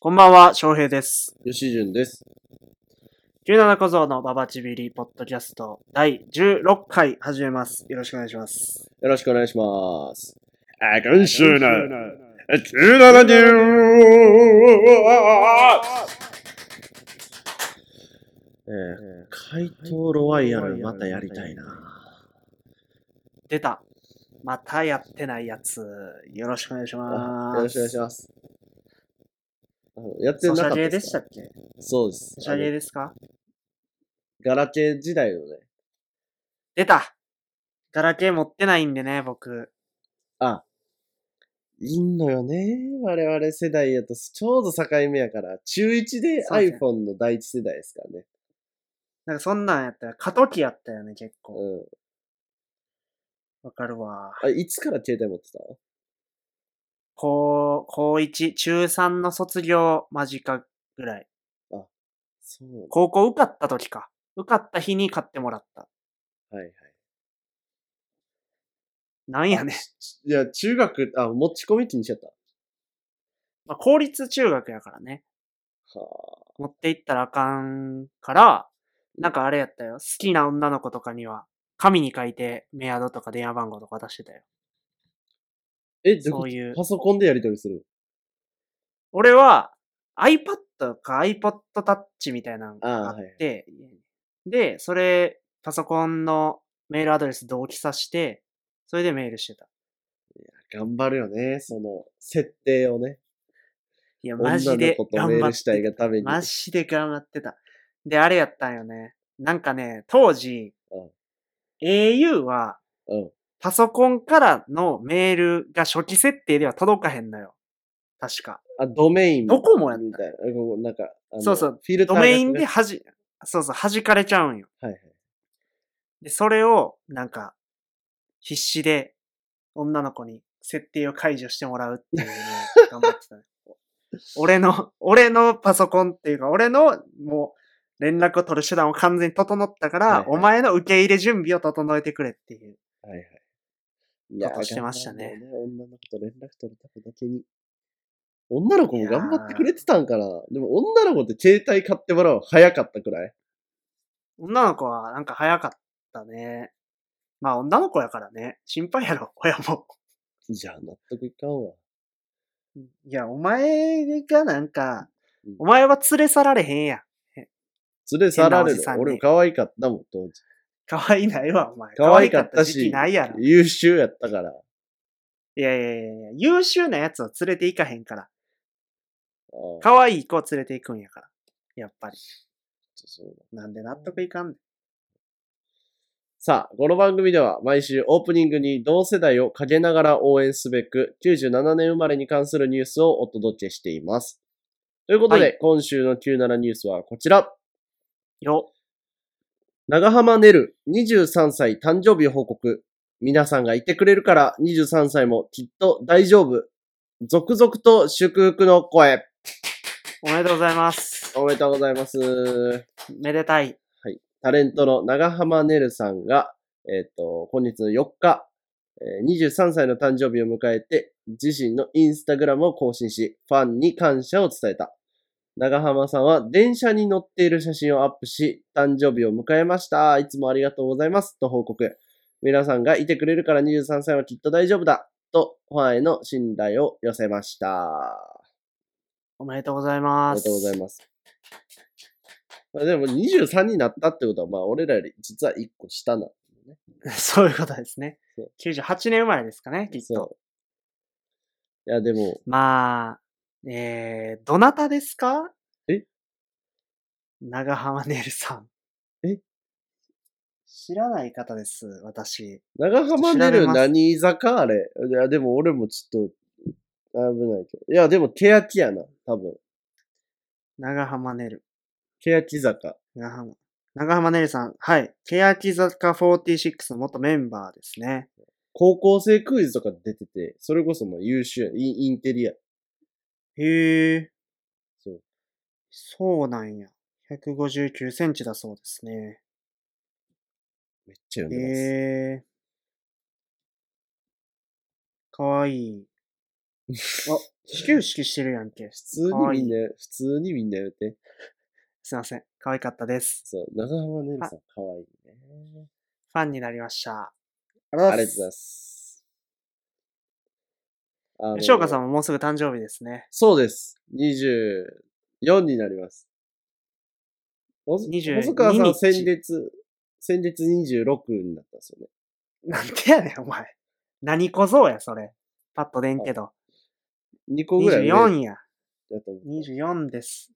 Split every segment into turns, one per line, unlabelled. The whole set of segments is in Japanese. こんばんは、翔平です。
吉潤です。
17小僧のババチビリポッドキャスト第16回始めます。よろしくお願いします。
よろしくお願いします。あ、今週の、17ニえー、怪盗ロワイヤルまたやりたいな。
出た。またやってないやつ。よろしくお願いします。
よろしくお願いし
ま
ます。あのやってな
ソシ
かっ
ャ
た
ゲ
で
ですし
か
たっけ
そうです
ソ。シャゲですか
あのガラケー時代のね。
出た。ガラケー持ってないんでね、僕。
あ、いいのよね。我々世代やと、ちょうど境目やから、中1で
そうですね
iPhone の第一世代ですからね。
なんかそんなんやったら過渡期やったよね、結構。
うん。
わかるわ。
あ、いつから携帯持ってた
高、高1、中3の卒業間近ぐらい。
そう。
高校受かった時か。受かった日に買ってもらった。
はいはい。
なんやねん。
いや、中学、あ、持ち込み機にしちゃっ
まあ、公立中学やからね。
た。は
持って行ったらあかんから、なんかあれやったよ。好きな女の子とかには、紙に書いて、メアドとか電話番号とか出してたよ。
え、ど
そ
こ
ういう
パソコンでやり取りする
俺は、iPad か iPod Touch みたいなのがあって、で、それ、パソコンのメールアドレス同期さして、それでメールしてた。
頑張るよね、その、設定をね。
いや、
女
マジ
の
で
子とメ
頑
ー
張
ル
っ
したい
て
がために。
マジで頑張ってた。で、あれやったんよね。なんかね、当時、
うん
au は、
うん。
パソコンからのメールが初期設定では届かへんのよ。確か。
あ、ドメイン。
ドコモやった
みたいな。あこうなんか、あの
そうそう。
フィルタ
ド
ー
メイン
が
ではじ、そうそう、弾かれちゃうんよ。
はいはい。
で、それを、なんか、必死で、女の子に設定を解除してもらうっていうのを頑張ってた ね。俺の、俺のパソコンっていうか、俺の、もう、連絡を取る手段を完全に整ったから、
はいはい
お前の受け入れ準備を整えてくれっていう。
はいはい。いや
ことしてましたね
頑張るよ女の子と連絡取るためだけに。女の子も頑張ってくれてたんかな。でも女の子って携帯買ってもらうの早かったくらい。
女の子はなんか早かったね。まあ女の子やからね。心配やろ、親も。
じゃあ納得いかんわ。
いや、お前がなんか
うん、
お前は連れ去られへんやん。
連れ去
変な
られ
おじ
る
さん。に
俺も可愛かったもん、当時。
可愛いないわ、お前。
可愛かったし
時期ないやろ。い
優秀やったから。
やいやいやいや、優秀なやつを連れて行かへんから。
ああ
可愛い子を連れて行くんやから。やっぱり。
そうだ
なんで納得いかんねん。
さあ、この番組では毎週オープニングに同世代を陰ながら応援すべく97年生まれに関するニュースをお届けしています。ということで、
は
今週の97ニュースはこちら。
よ、
長浜ねる23歳誕生日報告。皆さんがいてくれるから23歳もきっと大丈夫。続々と祝福の声。
おめでとうございます。
おめでとうございます。
めでたい。
タレントの長浜ねるさんが、えっ、と、今月の4日、えー23歳の誕生日を迎えて、自身のインスタグラムを更新し、ファンに感謝を伝えた。長浜さんは電車に乗っている写真をアップし、誕生日を迎えました。いつもありがとうございます。と報告。皆さんがいてくれるから23歳はきっと大丈夫だ。と、ファンへの信頼を寄せました。
おめでとうござい
あ
ま
りが
す。
とうございます。まあでも23になったってことは、まあ俺らより実は1個下な。
ます。 そういうことですね
そう。
98年生まれですかね、きっと。
そう。いやでも、
まあ、えー、どなたですか
え
長浜ねるさん。
え
知らない方です、私。
長浜
調
出
べ
る
ます
何坂あれ。いやでも俺もちょっと、危ないけど。いやでも、欅やな、多分。
長浜ねる。
欅坂。
長浜。長浜ねるさん。はい。欅坂46の元メンバーですね。
高校生クイズとか出てて、それこそもう優秀やインインテリア。
へえ。
そう。
そうなんや。159センチだそうですね。
めっちゃ読んでます。
へえ。かわいい。始球式してるやんけ。
普通
か
に
わい
みん
い。
な、普通にみんな言って。
すいません。可愛かったです。
そう、長浜ねるさん、かわいいね。
ファンになりました。あり
あ
が
りがとうござい
ま
ます。あの
吉岡さんももうすぐ誕生日ですね。
そうです。24になります。おず
22
細川さん、
日
先日、先日26になったんですよね。
なんてやねん、お前。何小僧や、それ。パッと出んけど。
2個ぐらい上
24や。
だと思う。
24です。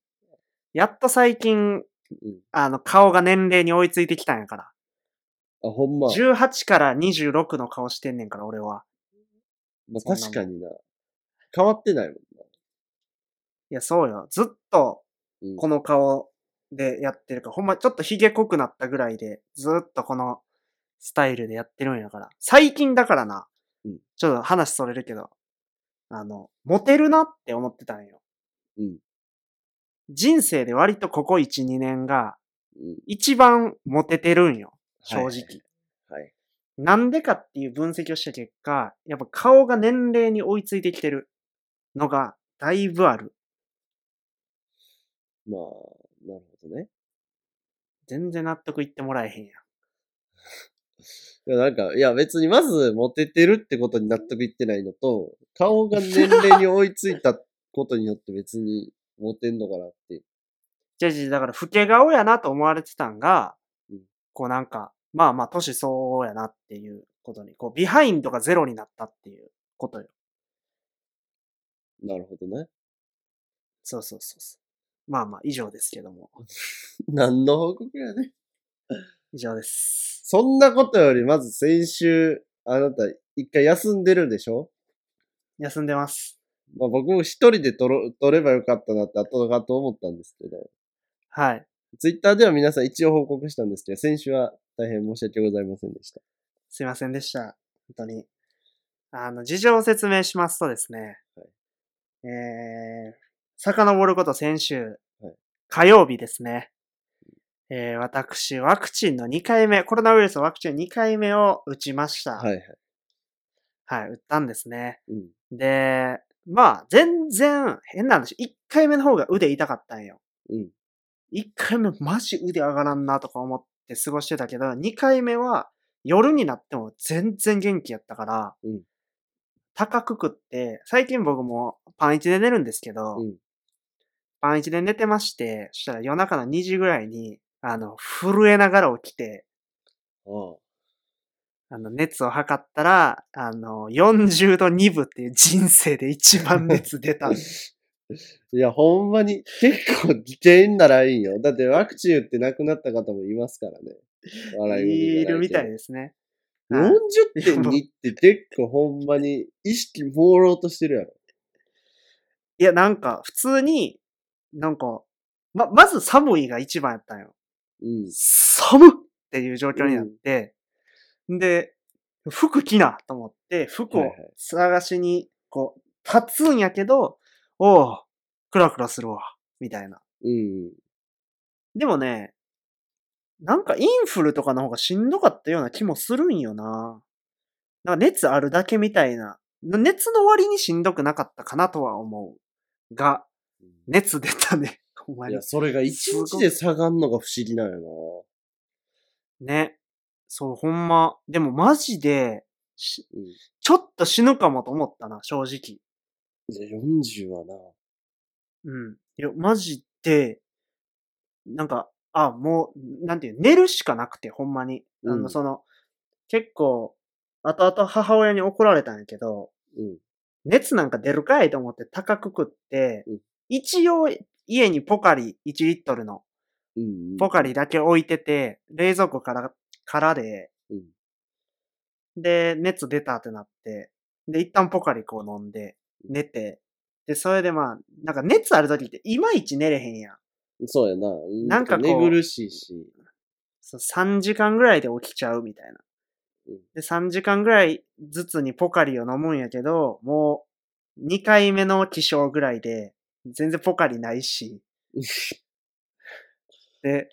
やっと最近
うん、
あの、顔が年齢に追いついてきたんやから。
あ、ほんま。
18から26の顔してんねんから、俺は。
ま
そん
あ、
なもん
確かにな。変わってないもん
いや、そうよ。ずっと、
な。うん
この顔でやってるから、ほんま、ちょっと髭濃くなったぐらいで、ずっとこのスタイルでやってるんやから。最近だからな。
うん
ちょっと話それるけど、あの、モテるなって思ってたんよ。
うん
人生で割とここ1、2年が、
うん
一番モテてるんよ。正直。
はいはい。
なんでかっていう分析をした結果、やっぱ顔が年齢に追いついてきてるのがだいぶある。
まあ、なるほどね。
全然納得いってもらえへんやん。
いや、なんか、いや、別に、まず、モテてるってことに納得いってないのと、顔が年齢に追いついたことによって別に、モテんのかなって。
じゃあじゃあだから老け顔やなと思われてたんが、
うん
こうなんか、まあまあ年相応やなっていうことに、こうビハインドがゼロになったっていうことよ。
なるほど ね。
そうそうそうそう。まあまあ以上ですけども。
何の報告やね。
以上です。
そんなことより、まず先週、あなた、一回休んでるでしょ
休んでます。
まあ僕も一人で撮ろ撮ればよかったなって後々と思ったんですけど、
はい。
ツイッターでは皆さん一応報告したんですけど、先週は大変申し訳ございませんでした。
すいませんでした。本当に。あの、事情を説明しますとですね、
はい
えー、遡ること先週、
はい
火曜日ですね、えー、私、ワクチンの2回目、コロナウイルスワクチン2回目を打ちました。
はいはい。
はい、打ったんですね。
うん。
で、まあ、全然変な話、1回目の方が腕痛かったんよ。
うん。
1回目マジ腕上がらんなとか思って過ごしてたけど、2回目は夜になっても全然元気やったから、
うん
高く食って、最近僕もパン1で寝るんですけど、
うん
パン1で寝てまして、そしたら夜中の2時ぐらいに、あの、震えながら起きて、
ああ。
あの、熱を測ったら、あの、40度2分っていう人生で一番熱出 た。
いや、ほんまに、結構危険なラインよ。だってワクチン打って亡くなった方もいますからね。笑い事じゃなけど
いるみたいですね。はい
40.2って結構ほんまに意識朦朧としてるやろ。
いや、なんか、普通に、なんか、ま、まず寒いが一番やったんよ。
うん。
寒っっていう状況になって、で、服着なと思って、服
はい
を
はい
探しに、こう、立つんやけど、おう、クラクラするわ、みたいな。
うん。
でもね、なんかインフルとかの方がしんどかったような気もするんよな。なんか熱あるだけみたいな。熱の割にしんどくなかったかなとは思う。が、熱出たね。 お前
いや、それが一日で下がんのが不思議なんよ
ね。そう、ほんま。でもマジで、し
うん
ちょっと死ぬかもと思ったな、正直。
な。いや、40はな。
うん。いや、マジで、なんか、あ、もう、なんていう、寝るしかなくて、ほんまに。あの、
うん
その、結構、後々母親に怒られたんやけど、
うん。
熱なんか出るかいと思って高く食って、
うん
一応家にポカリ1リットルの
うん。
ポカリだけ置いてて、冷蔵庫から、からで、
うん
で、熱出たってなって、で、一旦ポカリこう飲んで、寝て、で、それでまあ、なんか熱ある時っていまいち寝れへんやん。
そうやな。
なんかこう
寝苦しいし。
そう3時間ぐらいで起きちゃうみたいな
うん。
で、3時間ぐらいずつにポカリを飲むんやけど、もう2回目の起床ぐらいで、全然ポカリないし、 で、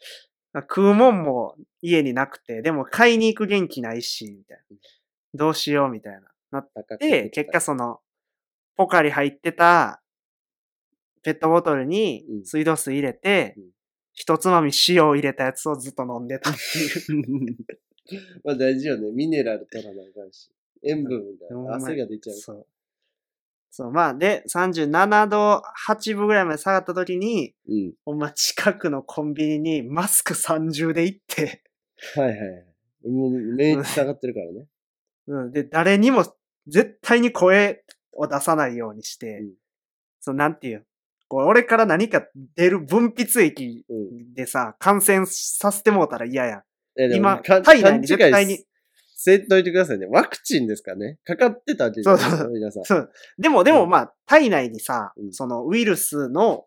あ食うもんも家になくて、でも買いに行く元気ないし、みたいな。どうしよう、みたいな。なっ
高くて
て、結果その、ポカリ入ってたペットボトルに
うん
水道水入れて、
うん
ひとつまみ塩を入れたやつをずっと飲んでたっていう。
まあ大事よね。ミネラル取らないかんし。塩分
ほん
が
まに
汗が出ちゃう。
そう。そう、まあ、で、37度8分ぐらいまで下がった時に、
うん。
ほんま近くのコンビニにマスク30で行って、
はいはいはい。もう免疫下がってるからね。
うん、で、誰にも絶対に声を出さないようにして、
うん
そう、なんていう、こう俺から何か出る分泌液
うん。
でさ、感染させてもうたら嫌やん。
えでも
今
か
体内に
勘違い
絶対に
せんといてくださいね。ワクチンですかね。かかってたわけじゃないです
そう
か、皆さん。
そう。でも、で
う
も
ん
まあ、体内にさ、
うん
そのウイルスの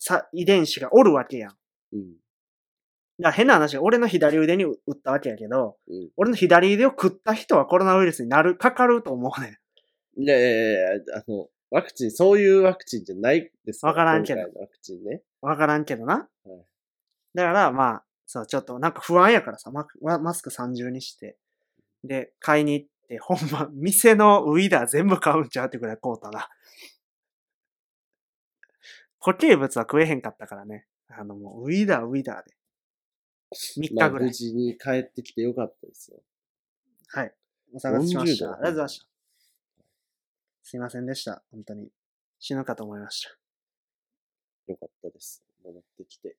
さ遺伝子がおるわけやん。
う
だ
ん。
から変な話、俺の左腕に打ったわけやけど、
うん
俺の左腕を食った人はコロナウイルスになる、かかると思うねん。
いやいやいやいや、あの、ワクチン、そういうワクチンじゃないです
わからんけど
今回のワクチンね。
わからんけどな。
うん
だから、まあ、そう、ちょっとなんか不安やからさ、マママスク30にして。で、買いに行って、ほんま、店のウイダー全部買うんちゃうってくらい買うたな。固形物は食えへんかったからね。あの、もう、ウイダー、ウイダーで。3日ぐら
まあ、
い。
無事に帰ってきてよかったですよ。
はい。お探せしました。
40
あ
度
りがとうございました。すいませんでした。本当に。死ぬかと思いました。
よかったです。戻ってきて。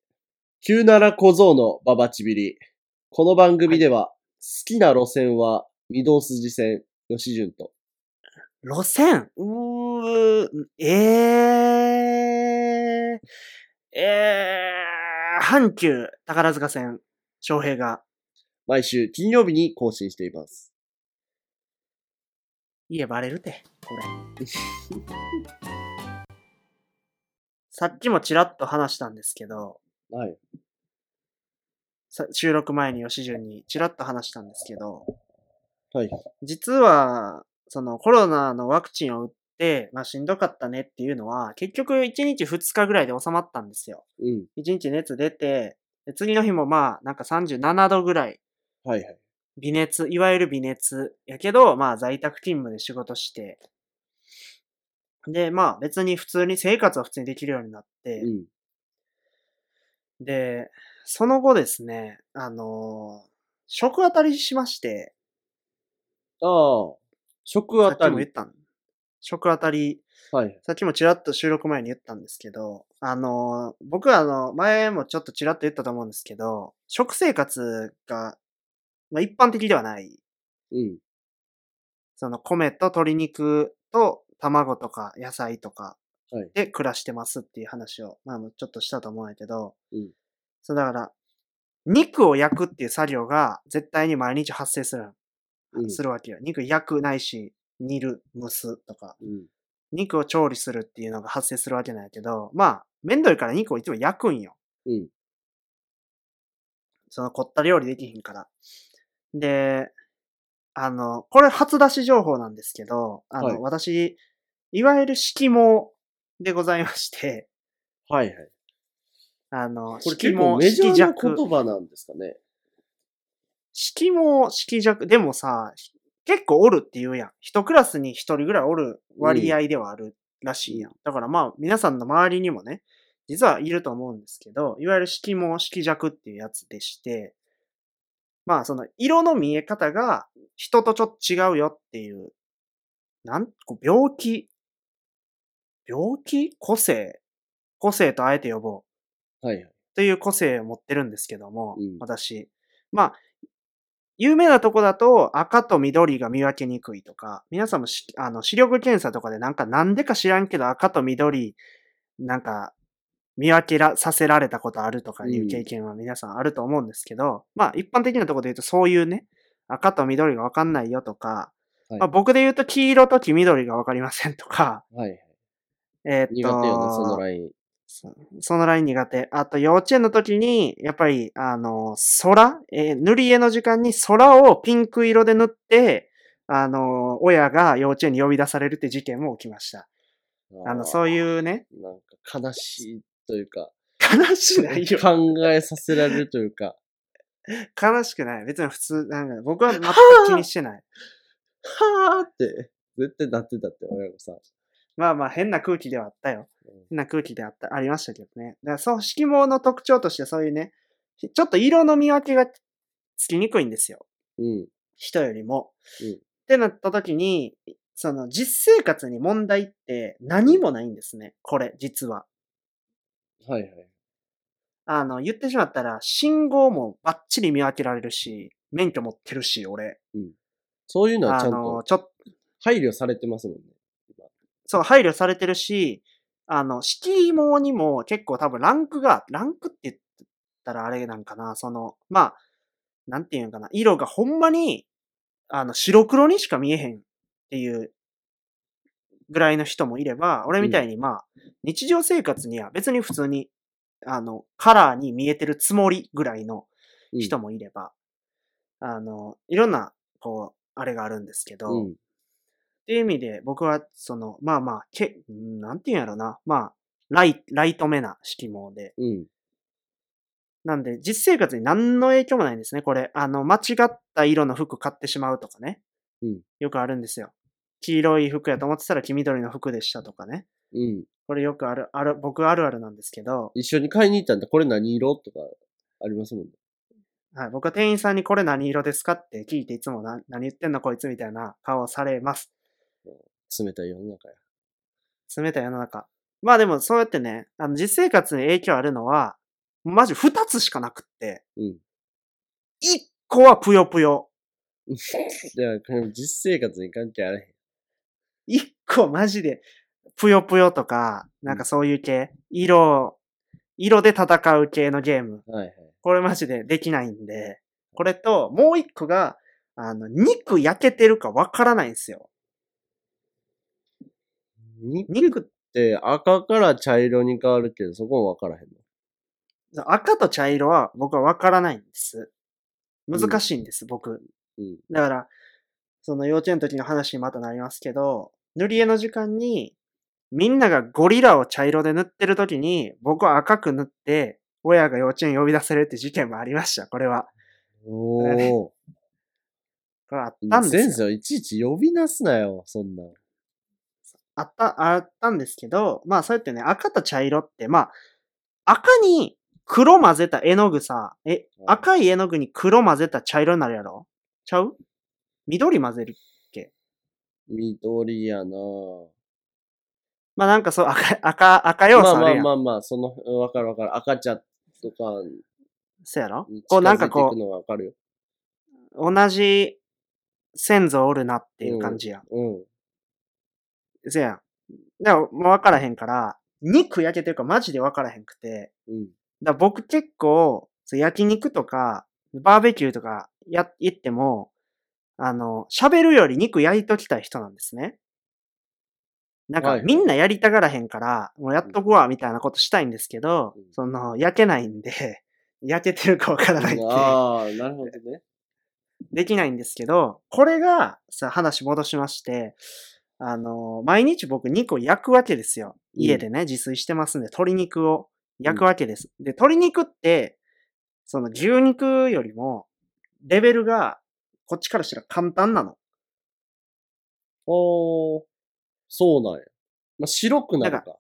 急なら小僧のババチビリ。この番組では、好きな路線は、御堂筋線、吉潤と。
路線うー、ええー、えー、阪急宝塚線、翔平が、
毎週金曜日に更新しています。
いえ、バレるて、これ。さっきもちらっと話したんですけど、
はい。
さ収録前に吉純にちらっと話したんですけど、
はい。
実は、そのコロナのワクチンを打って、まあしんどかったねっていうのは、結局1日2日ぐらいで収まったんですよ。
うん。
1日熱出て、で次の日もまあなんか37度ぐらい、
はいはい。
微熱、いわゆる微熱やけど、まあ在宅勤務で仕事して、で、まあ別に普通に生活は普通にできるようになって、
うん。
で、その後ですね、あのー食当たりしまして、
ああ。食
さ
あ
ったきも言
り
っ。たん食当たり
はい。
さっきもちらっと収録前に言ったんですけど、あの、僕はあの、前もちょっとちらっと言ったと思うんですけど、食生活が、まあ、一般的ではない。
うん。
その、米と鶏肉と卵とか野菜とか
はい
で暮らしてますっていう話を、まあもうちょっとしたと思うんやけど、
うん
そうだから、肉を焼くっていう作業が絶対に毎日発生する、
うん
するわけよ。肉焼くないし、煮る、蒸すとか。
うん。
肉を調理するっていうのが発生するわけなんやけど、まあ、めんどいから肉をいつも焼くんよ。
うん。
その凝った料理できひんから。で、あの、これ初出し情報なんですけど、あの、
はい
私、いわゆる色毛でございまして、
はいはい。
あの、
これ
色
結構
毛、
メジ
色
ャーな
弱。
言葉なんですかね。
色毛、色弱。でもさ、結構おるって言うやん。一クラスに一人ぐらいおる割合ではあるらしいやん。だからまあ、皆さんの周りにもね、実はいると思うんですけど、いわゆる色毛、色弱っていうやつでして、まあ、その、色の見え方が人とちょっと違うよっていう、なん、こう病気、病気個性個性とあえて呼ぼう。
はいはい。
という個性を持ってるんですけども、
うん
私。まあ、有名なとこだと赤と緑が見分けにくいとか、皆さんもしあの視力検査とかでなんかなんでか知らんけど赤と緑なんか見分けらさせられたことあるとかいう経験は皆さんあると思うんですけど、まあ一般的なとこで言うとそういうね、赤と緑がわかんないよとか、
はい
まあ、僕で言うと黄色と黄緑がわかりませんとか、
はいはい。
えーっと、
苦手よね、そのライン。
そそのライン苦手。あと、幼稚園の時に、やっぱり、あの、空、えー塗り絵の時間に空をピンク色で塗って、あの、親が幼稚園に呼び出されるって事件も起きました。あの、そう
う。
いうね、
なんか悲しいというか、
悲しく ないよ。
考えさせられるというか、
悲しくない。別に普通、なんか僕は全く気にしてない。
はーって。絶対だってだって、親御さん。
まあまあ変な空気ではあったよ。
うん
変な空気であった、ありましたけどね。だからそう、色毛の特徴としてそういうね、ひちょっと色の見分けがつきにくいんですよ。
うん。
人よりも。
うん
ってなった時に、その実生活に問題って何もないんですね。これ、実は。
はいはい。
あの、言ってしまったら、信号もバッチリ見分けられるし、免許持ってるし、俺。
そういうのは
あ
ちゃん
の、
と
ちょっと、
配慮されてますもんね。
そう、配慮されてるし、あの、色毛にも結構多分ランクが、ランクって言ったらあれなんかな、その、まあ、なんていうんかな、色がほんまに、あの、白黒にしか見えへんっていうぐらいの人もいれば、俺みたいにまあ、日常生活には別に普通に、あの、カラーに見えてるつもりぐらいの
うん
人もいれば、あの、いろんな、こう、あれがあるんですけど、
うん。
っていう意味で、僕は、その、まあまあ、け、うんなんて言うんやろな。まあ、ライ、ライトめな色毛で。
うん。
なんで、実生活に何の影響もないんですね、これ。あの、間違った色の服買ってしまうとかね。
うん
よくあるんですよ。黄色い服やと思ってたら黄緑の服でしたとかね。
うん。
これよくある、ある、僕あるあるなんですけど、
一緒に買いに行ったんで、これ何色とかありますもんね。
はい、僕は店員さんにこれ何色ですかって聞いていつもな何言ってんのこいつみたいな顔をされます。
冷たい世の中や。
冷たい世の中。まあでもそうやってね、あの実生活に影響あるのは、マジ二つしかなくって、
うん。
一個はぷよぷよ。
だから、実生活に関係あらへん。
一個マジで、ぷよぷよとか、なんかそういう系、色、色で戦う系のゲーム。
はいはい。
これマジでできないんで、これと、もう一個が、あの、肉焼けてるかわからないんですよ。
肉っ
肉、
て赤から茶色に変わるけど、そこもわからへんの。
赤と茶色は僕はわからないんです。難しいんです、僕。
うん。
だから、その幼稚園の時の話にまたなりますけど、塗り絵の時間に、みんながゴリラを茶色で塗ってる時に、僕は赤く塗って、親が幼稚園呼び出されるって事件もありました、これは。
お
これあっ
ー。
たんで
先
すよ。
生をいちいち呼び出すなよ、そんなん。
あった、あったんですけど、まあそうやってね、赤と茶色って、まあ、赤に黒混ぜた絵の具さ、え、
うん
赤い絵の具に黒混ぜた茶色になるやろちゃう緑混ぜる
緑やなぁ。
まあなんかそう、赤、赤、赤要
まあ
素あ
ま
るや
あ
ん。
まあまあ、その、うんわかるわかる。赤茶とか
そうやろ
に
こ
近
うな
づ
ん
いて
か
い
こう
く、のはわかるよ。
同じ先祖おるなっていう感じや。
うん。
せやん。だから、もう分からへんから、肉焼けてるかマジで分からへんくて。
うん。
だから僕結構、そう焼肉とか、バーベキューとかや、行っても、あの、喋るより肉焼いときたい人なんですね。なん
は
か
い、はい
みんなやりたがらへんから、もうやっとくわ、みたいなことしたいんですけど
うん、
その、焼けないんで、 焼けてるか分からないっていう。
ああ、なるほどね。
できないんですけど、これが、さ、話戻しまして、あの、毎日僕肉を焼くわけですよ。
うん
家でね、自炊してますんで、鶏肉を焼くわけです。で、鶏肉って、その牛肉よりも、レベルが、こっちからしたら簡単なの。
おー。そうなんや。まあ、白くなる
なん
か。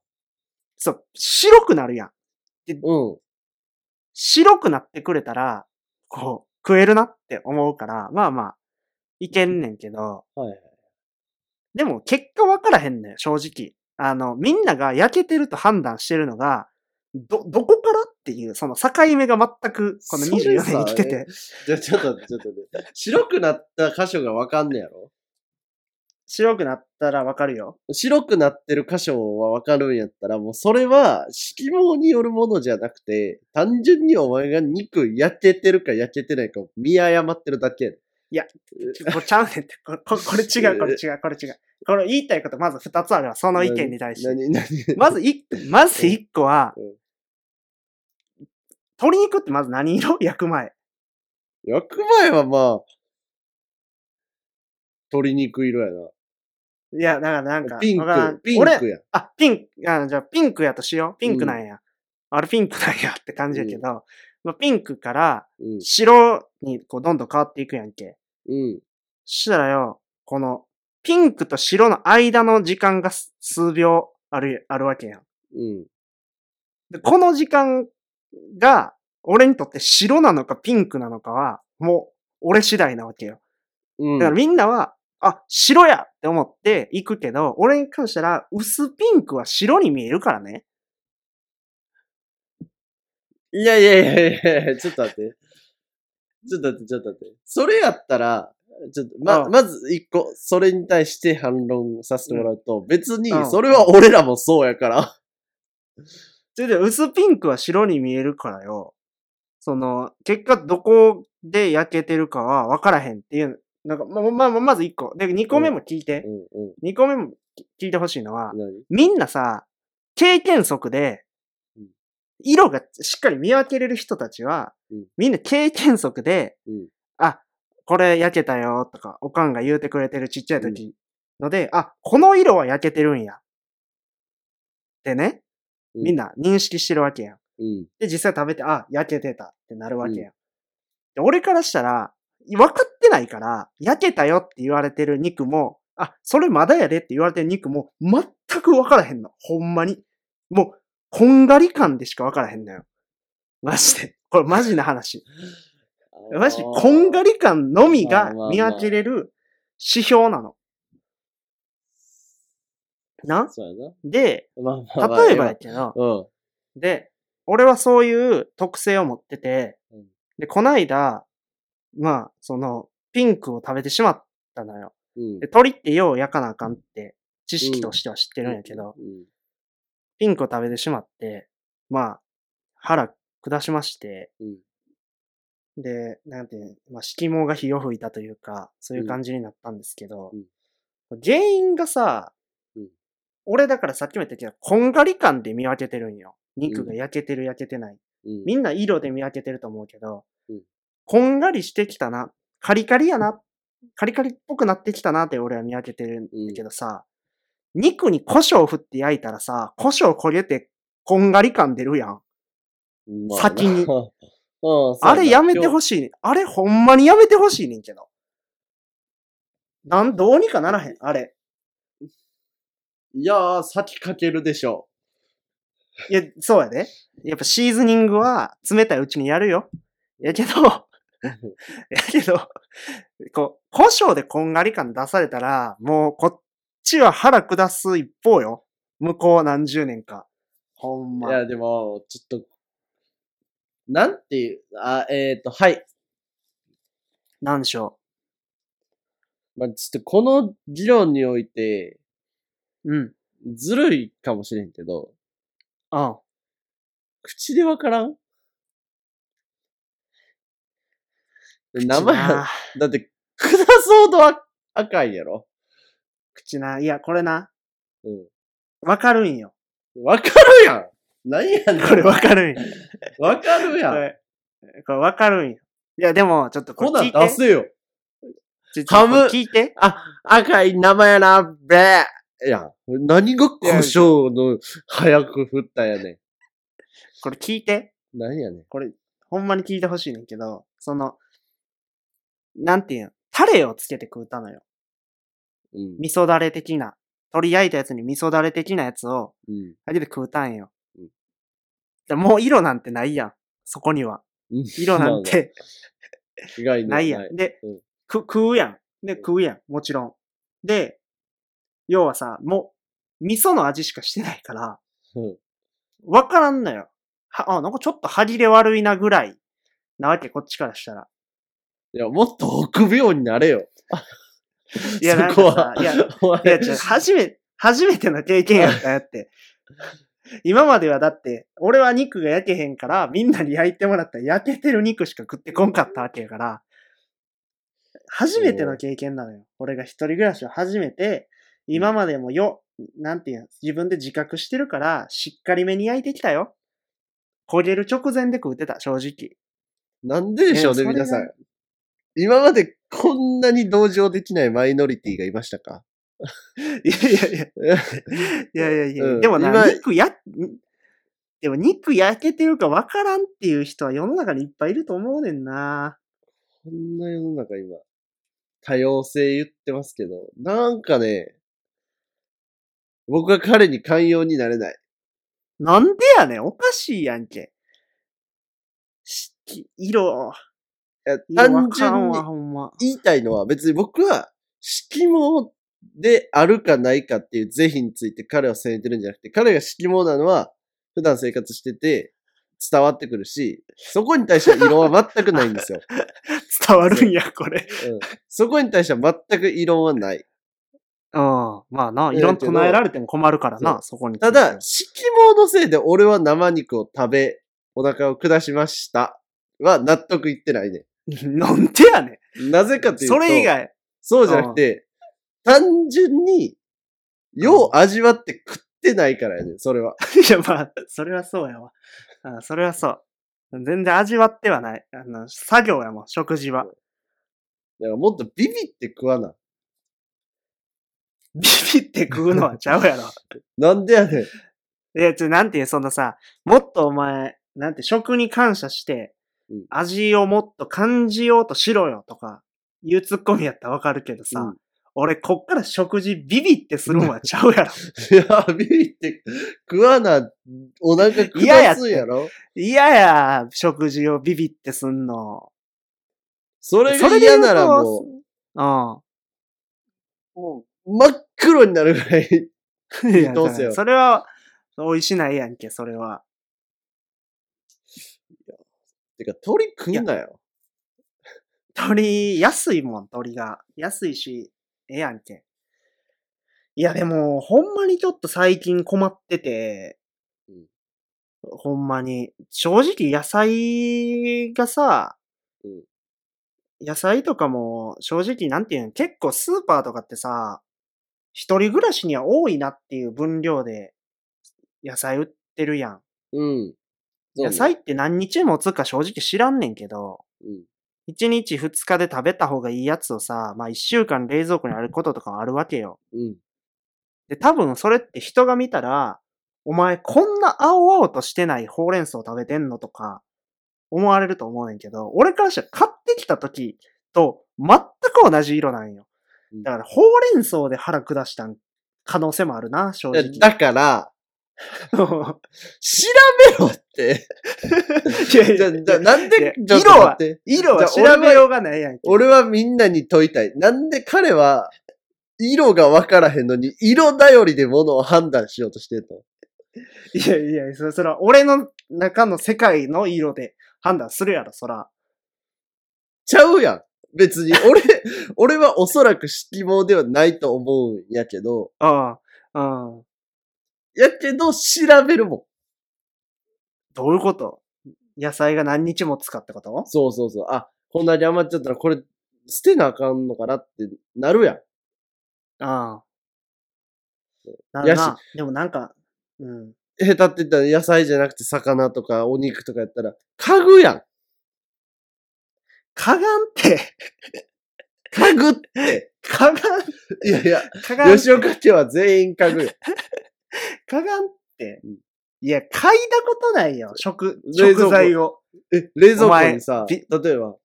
そう、白くなるやん。
うん。
白くなってくれたら、こう、食えるなって思うから、まあまあ、いけんねんけど、
はいはい。
でも結果分からへんねん、正直。あの、みんなが焼けてると判断してるのが、ど、どこからっていう、その境目が全く、この
それ
24年
さ
生きてて、
じゃ、ちょっと、ちょっとね。白くなった箇所がわかんねやろ
白くなったら分かるよ。
白くなってる箇所はわかるんやったら、もうそれは色毛によるものじゃなくて、単純にお前が肉焼けてるか焼けてないかを見誤ってるだけやねん。
これちゃうねんって。こここれ違う、これ違う、これ違う。これ言いたいこと、まず2つあるわ、その意見に対して。
何、何、
まず一個、まず1個は
うんうん、
鶏肉ってまず何色 焼く前。
焼く前はまあ、鶏肉色や
いや、だからなん
な。
か、
ピン
わからん
ク、ピン
俺
クやん。
あ、ピンク、あじゃあピンクやとしよう。ピンクなんや。あれピンクなんやって感じやけど、まあ、ピンクから
うん。
白にこうどんどん変わっていくやんけ。
うん。
そしたらよ、このピンクと白の間の時間がす数秒ある、あるわけやん。
うん。
で、この時間が、俺にとって白なのかピンクなのかは、もう、俺次第なわけよ。
うん。
だからみんなは、あ、白やって思って行くけど、俺に関したら、薄ピンクは白に見えるからね。
いやいやいやいやいや、ちょっと待って。ちょっと待って、ちょっと待って。それやったら、ちょっと、ま、
うん
まず一個、それに対して反論させてもらうと、別に
うん、
それは俺らもそうやから。
それで、薄ピンクは白に見えるからよ。その、結果どこで焼けてるかは分からへんっていう、なんか、ま、ま、ままず1個。で、2個目も聞いて
う。んうん。
2個目も聞いてほしいのは、
何
みんなさ、経験則で
うん、
色がしっかり見分けれる人たちは、
うん
みんな経験則で、
うん
あ、これ焼けたよとか、おかんが言うてくれてるちっちゃい時ので、あ、この色は焼けてるんや。ってね、
うん
みんな認識してるわけやん。
うん。
で、実際食べて、あ、焼けてたってなるわけやん。で俺からしたら、分かってないから、焼けたよって言われてる肉も、あ、それまだやでって言われてる肉も、全く分からへんの。ほんまに。もう、こんがり感でしか分からへんのよ。マジで。これマジな話。 マジ、こんが
り。
り感のみ
ま
が
あまあまあ
見分けれる指標なの。な
そうや
で、
な。まあまあまあ
例えばやけど、
うん。
で、俺はそういう特性を持ってて
うん、
で、こないだ、まあ、その、ピンクを食べてしまったのよ。
うん
で、。鳥ってよう焼かなあかんって、知識としては知ってるんやけど、
うん。
ピンクを食べてしまって、まあ、腹下しまして、
うん
で、なんていう、まあ、色毛が火を吹いたというか、そういう感じになったんですけど、原因がさ、
うん
俺だからさっきも言ったけど、こんがり感で見分けてるんよ。肉が焼けてる焼けてない。
うん。
みんな色で見分けてると思うけど、
うん
こんがりしてきたな、カリカリやな、カリカリっぽくなってきたなって俺は見分けてるんだけどさ、肉に胡椒を振って焼いたらさ、胡椒焦げてこんがり感出るやん。
まあな
先に
うんそうな
あれやめてほしいねん。あれほんまにやめてほしいねんけど。なん、どうにかならへん、あれ。
いやー、先かけるでしょ
いや、そうやで。やっぱシーズニングは冷たいうちにやるよ。やけど、やけど、こう、胡椒でこんがり感出されたら、もうこっちは腹下す一方よ。向こう何十年か。ほん
う。
ま。
いや、でも、ちょっと、なんていう、あ、えっ、と、はい。
なんでしょ
まあ、ちょっとこの議論において、
う。うん。
ずるいかもしれんけど、
うん。
口でわからん名前、だ
な。
って、下そうとあ赤いやろ
口な。いや、これな。
うん。
わかるんよ。
わかるやん何やねん。
これわかるんよ。
わかるや
こ
ん。
れ、これわかるんよ。いや、でも、ちょっとこれ
こんな
聞い
ん
て。
出せよ。
ちょちょ
ハム
これ聞いて。
あ、赤い名前やな、べー。いや、何が胡椒の早く振ったやね
これ聞いて。
ん。何やねん。
これ、ほんまに聞いてほしいねんけど、その、なんていうん、タレをつけて食うたのよ。
うん。
味噌だれ的な。鶏焼いたやつに味噌だれ的なやつを
うん。
かけて食うたんよ。
うん
でもう色なんてないやん。そこには。色なんて
まあ。意外には
ないやん。で、
うん
く食うやん。で、食うやん。もちろん。で、要はさ、もう、味噌の味しかしてないから、
うん
わからんのよ。は、あ、なんかちょっと歯切れ悪いなぐらい。なわけ、こっちからしたら。
いや、もっと臆病になれよ。
いや、なん
そこ
かさ
は、。
いや、い
お前
や、ちょ、初め、初めての経験やったんやって。今まではだって、俺は肉が焼けへんから、みんなに焼いてもらったら焼けてる肉しか食ってこんかったわけやから、初めての経験なのよ。俺が一人暮らしを初めて、今までもよ、なんていうん、自分で自覚してるから、しっかりめに焼いてきたよ。焦げる直前で食うてた、正直。
なんででしょうね、
ねそれが
皆さん。今までこんなに同情できないマイノリティがいましたか
いやいやいや。 いやいやいや、
うん
でもな、
今
肉や、んでも肉焼けてるか分からんっていう人は世の中にいっぱいいると思うねんな。
こんな世の中今。多様性言ってますけど、なんかね、僕は彼に寛容になれない。
なんでやねん。おかしいやんけ。し色、
いや
色わかん
単純に
わ、ほんま。
言いたいのは別に僕は、色盲であるかないかっていう是非について彼は責めてるんじゃなくて、彼が色盲なのは普段生活してて伝わってくるし、そこに対しては異論は全くないんですよ。
伝わるんや、これ。
うんそこに対しては全く異論はない。
うん。まあな、
いや
いろん唱えられても困るからな、そこについ
た
て。
だ、色盲のせいで俺は生肉を食べ、お腹を下しました。は納得いってないね。
なんでやね
なぜか
ん。
というと、
それ以外。
そうじゃなくて、単純に、よう味わって食ってないからやね、それは。
いや、まあ、それはそうやわ。うんそれはそう。全然味わってはない。あの、作業やもん、食事は。
だからもっとビビって食わな。
ビビって食うのはちゃうやろ。
なんでやねん。
いや、ちょ、なんていう、そのさ、もっとお前、なんて、食に感謝して
うん、
味をもっと感じようとしろよとか、言うツッコミやったらわかるけどさ、
うん
俺、こっから食事ビビってするんはちゃうや ろ。
いや、ビビって食わな、お腹下すんやろ。
嫌やや、食事をビビってすんの。
それが嫌なら
それで言うと
も
うん。
う、もう真っ黒になるぐらい
いや、
どうせよ
それは、おいしないやんけ、それは。
てか、鳥食うなよ。
鳥、安いもん、鳥が。安いし、ええやんけ。いや、でも、ほんまにちょっと最近困ってて、
うん
ほんまに、正直野菜がさ、
うん
野菜とかも、正直なんていうの、結構スーパーとかってさ、一人暮らしには多いなっていう分量で、野菜売ってるやん。
うん。そうね
野菜って何日持つか正直知らんねんけど、
うん
1日2日で食べた方がいいやつをさ、まあ1週間冷蔵庫にあることとかもあるわけよ。
うん。
で、多分それって人が見たら、お前こんな青々としてないほうれん草食べてんのとか、思われると思うねんけど、俺からしたら買ってきた時と全く同じ色なんよ。だからほうれん草で腹下したん可能性もあるな、正
いや
直。
だから、調べろって。
いやい
じゃ
や
あ、じゃあなんで、
い
ちょ
や
っと
色
待っ
は、
て。
色は調べようがないやんけ。
俺はみんなに問いたい。なんで彼は、色が分からへんのに、色頼りで物を判断しようとしてんの
いやいや、そそら、俺の中の世界の色で判断するやろ、そら。
ちゃうやん。別に、俺、 俺はおそらく色盲ではないと思うんやけど、
うん。うん。
やけど調べるもん。
どういうこと野菜が何日も使ってこと
そうそうそう。あ、こんなに余っちゃったらこれ捨てなあかんのかなってなるやん。
うん。な
や
る
し
な。でもなんか、うん。
下手って言ったら野菜じゃなくて魚とかお肉とかやったら、家具やん。
かがんって、
家具って。
かがん、
いやいや、
かがん、
吉岡家は全員家具やん。
かがんって
うん。
いや、嗅いだことないよ、食、
冷蔵庫
食材を。
え、冷蔵庫にさ、
お前
例えば、
うん。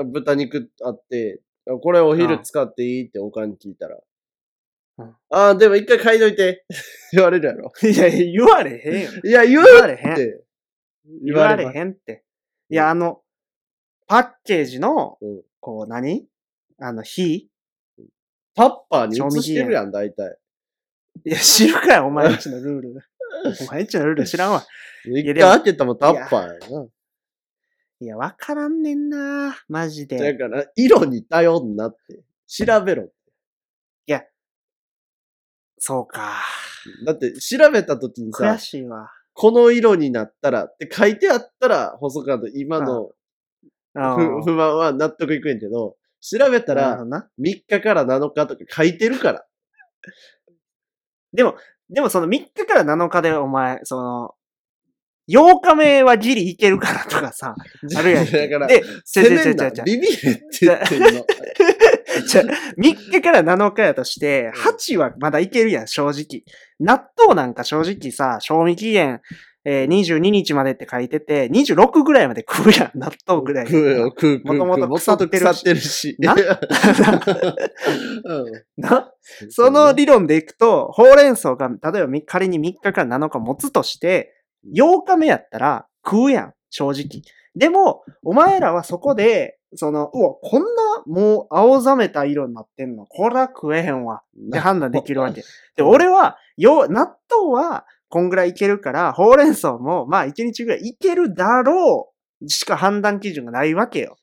あ豚肉あって、あこれお昼使っていいっておかんに聞いたら。
うん
ああ、でも一回買いといて。 言われるやろ。
いや、言われへんよ。
い や、言う
言わ
っ
れへん。
て。
言われ
ます
へんって。いや、あの、パッケージの
うん、
こう何、あの、火
タッパーに移してるやん、大体。
いや、知るかよ、お前んちのルール。お前んちのルール知らんわ。
一
や
回
でも
開けたもタッパーやん
いや、わからんねんなマジ
な。だ
で。
から、色に頼んなって。調べろ。
そうか。
だって、調べた時に
悔
さ、
しいわ。
この色になったらって書いてあったら、細川の今の
うん
不不満は納得いくんやけど、調べた
なるほ
ら
ど、な。
3日から7日とか書いてるから。
でもその3日から7日でお前、その、8日目はギリいけるからとかさ、 あるやんけ。
だから、
で、ちゃ
せ
ちゃちゃちゃ
めんな
ちゃ。
ビビれって言ってん の。
じゃあ、3日から7日やとして、8はまだいけるやん、正直。納豆なんか正直さ、賞味期限、えー22日までって書いてて、26ぐらいまで食うやん、 納豆ぐらい。
食うよ、食う、食う。
もともと
食う元々
腐
腐っ
ってて
るし。
な
うん
なその理論でいくと、ほうれん草が、例えばみ仮に3日から7日持つとして、8日目やったら食うやん、正直。でも、お前らはそこで、その、うわ、こんな、もう、青ざめた色になってんの。これは食えへんわ。って判断できるわけ。 で、俺は、よ、納豆は、こんぐらいいけるから、ほうれん草も、まあ、1日ぐらいいけるだろう、しか判断基準がないわけよ。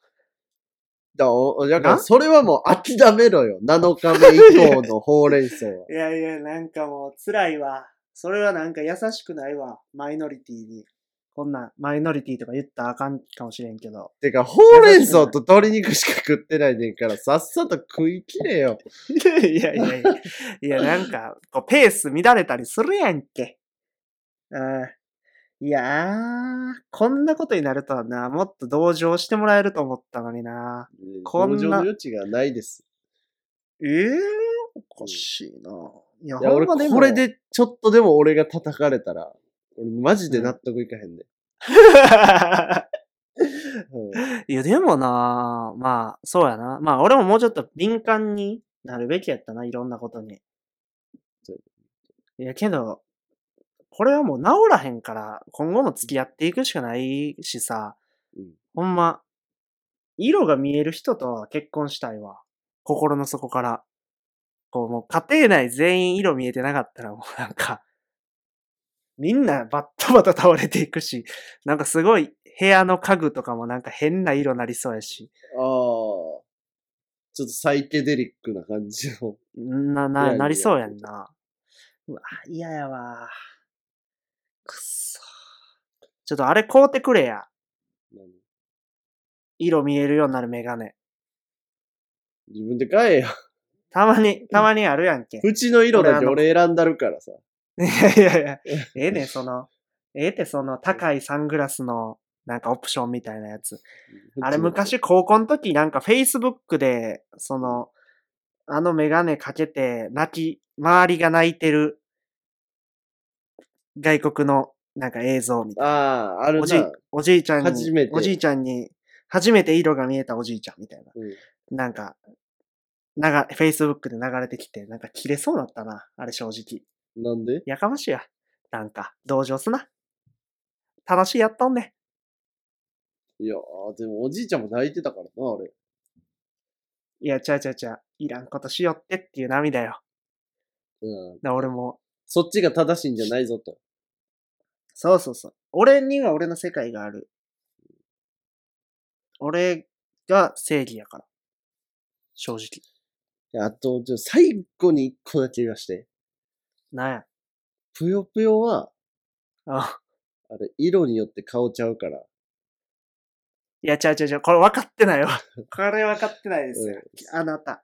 だおだから、
な
それはもう諦めろよ。7日目以降のほうれん草 は。
いやいや、なんかもう辛いわ。それはなんか優しくないわ。マイノリティに。こんなん、マイノリティとか言ったらあかんかもしれんけど。
てか、ほうれん草と鶏肉しか食ってないねんから、さっさと食い切れよ。
いや いやいやいや。いや、なんか、こう、ペース乱れたりするやんけ。うん。いやー、こんなことになるとはな、もっと同情してもらえると思ったのにな。こんな
同情の余地がないです。
ええー、おかしいな。いや、
いや、
ほん
俺、
までも
こ れ。で、ちょっとでも俺が叩かれたら、俺、マジで納得いかへんで。うん
いや、でもな、まあ、そうやな。まあ、俺ももうちょっと敏感になるべきやったな、いろんなことに。
そう
いや、けど、これはもう治らへんから、今後も付き合っていくしかないしさ、
うん
ほんま、色が見える人とは結婚したいわ。心の底から。こう、もう家庭内全員色見えてなかったら、もうなんか、みんなバッタバタ倒れていくし、なんかすごい部屋の家具とかもなんか変な色なりそうやし、
ああ。ちょっとサイケデリックな感じの。
な、
いやい
な、
や
なりそうやんな。うわ、嫌やわ。くっそ。ちょっとあれ買うてくれや。色見えるようになるメガネ。
自分で買 えよ。
たまに、たまにあるやんけ。
うちの色だけ俺選んだるからさ。
いやいやいや、ええねん、その、ええってその高いサングラスのなんかオプションみたいなやつ。あれ昔高校の時なんか Facebook で、その、あのメガネかけて泣き、周りが泣いてる外国のなんか映像みたい
ああ、あ
な。
る
おじい
な。、
おじいちゃんに、
初めて
おじいちゃんに、初めて色が見えたおじいちゃんみたいな。
うん
なんか、なが、Facebook で流れてきて、なんか切れそうだったな、あれ正直。
なんで
やかましいや。なんか、同情すな。楽しいやっとんねん。
いやー、でもおじいちゃんも泣いてたからな、あれ。
いや、ちゃうちゃうちゃう。いらんことしよってっていう涙よ。
うん。
だ俺も。
そっちが正しいんじゃないぞと。
そうそうそう。俺には俺の世界がある。俺が正義やから。正直。
いやあと、ちょ最後に一個だけ言わして。
なんや。
ぷよぷよは、
あ
あれ、色によって顔ちゃうから。
いや、ちゃうちゃうちゃう。これ分かって ないわ。これ分かってないですよ。
う
あなた。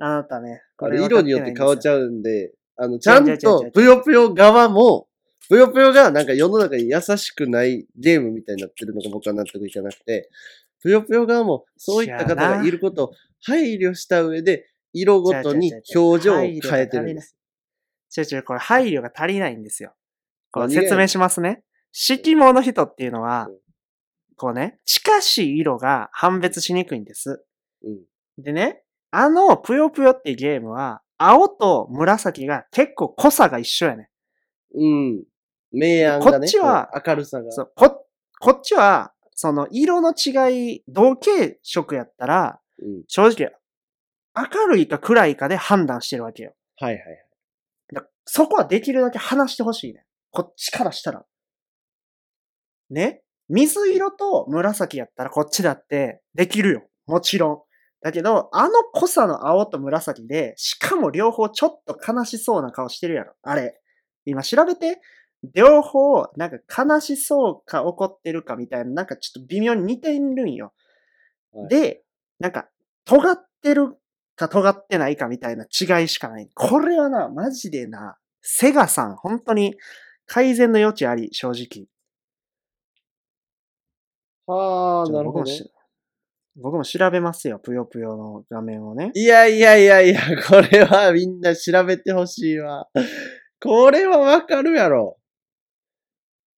あなたね。
あれ、色によって顔ち
ゃう。
ゃうんで、あの、ちゃん
ちゃうちゃうちゃうちゃ
と
う、
ぷよぷよ側も、ぷよぷよがなんか世の中に優しくないゲームみたいになってるのが僕は納得いかなくて、ぷよぷよ側もそういった方がいることを配慮した上で、色ごとに表情を変えてるんです。
ちゃうちゃう、これ配慮が足りないんですよ。こう
何がや
説明しますね。色盲の人っていうのは
うん、
こうね、近しい色が判別しにくいんです。
うん。
でね、あの、ぷよぷよっていうゲームは、青と紫が結構濃さが一緒やね
うん。明暗がね、
こっちは
こう明るさが
ん。。そうこ、こっちは、その、色の違い、同系色やったら、
うん。
正直、明るいか暗いかで判断してるわけよ。
はいはいはい。
だからそこはできるだけ離してほしいね。こっちからしたら。ね水色と紫やったらこっちだってできるよ。もちろん。だけど、あの濃さの青と紫で、しかも両方ちょっと悲しそうな顔してるやろ。あれ。今調べて。両方、なんか悲しそうか怒ってるかみたいな、なんかちょっと微妙に似てるんよ。
はい
で、なんか、尖ってるか尖ってないかみたいな違いしかない。これはな、マジでな、セガさん、本当に改善の余地あり、正直。
はあ、なる
僕
ほ
も
ど。
し僕も調べますよ、ぷよぷよの画面をね。
いやいやいやいや、これはみんな調べてほしいわ。これはわかるやろ。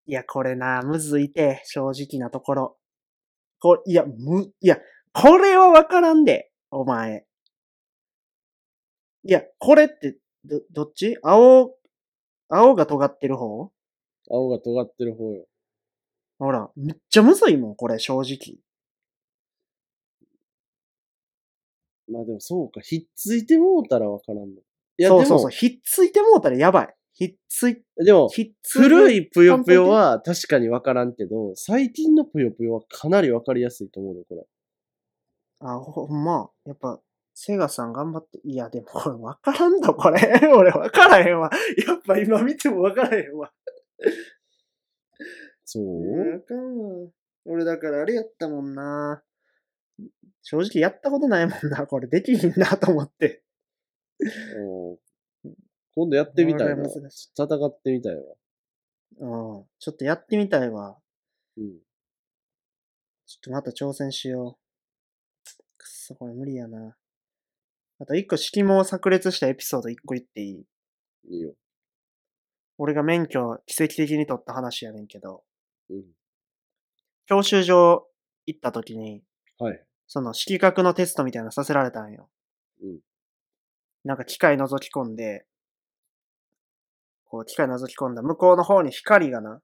いや、これな、むずいて、正直なところ。こいや、む、いや、これはわからんで、お前。いや、これって、ど、どっち青、青が尖ってる方
青が尖ってる方よ。
ほら、めっちゃむずいもん、これ、正直。
まあでもそうか、ひっついてもうたらわからんの。いや、
そう
で
そう
も、
そう、ひっついてもうたらやばい。ひっつい、
でも、
ひっつい
古いぷよぷよは確かにわからんけど、最近のぷよぷよはかなりわかりやすいと思うの、これ。
あ、ほんま、やっぱ、セガさん頑張って、いや、でもこれわからんだ、これ。 俺わからへんわ。やっぱ今見てもわからへんわ。
そう
あかんわ。俺だからあれやったもんな。正直やったことないもんな。これできひんなと思って。
うん今度やってみたいな。
これ
戦
難しい
ってみたいわ。
うん。ちょっとやってみたいわ。
うん。
ちょっとまた挑戦しよう。くそ、これ無理やな。あと一個、色毛炸裂したエピソード一個言っていい
いいよ。
俺が免許を奇跡的に取った話やねんけど、
うん。
教習所行った時に、
はい。
その色覚のテストみたいなのさせられたんよ。
うん
なんか機械覗き込んで、こう機械覗き込んだ向こうの方に光がな、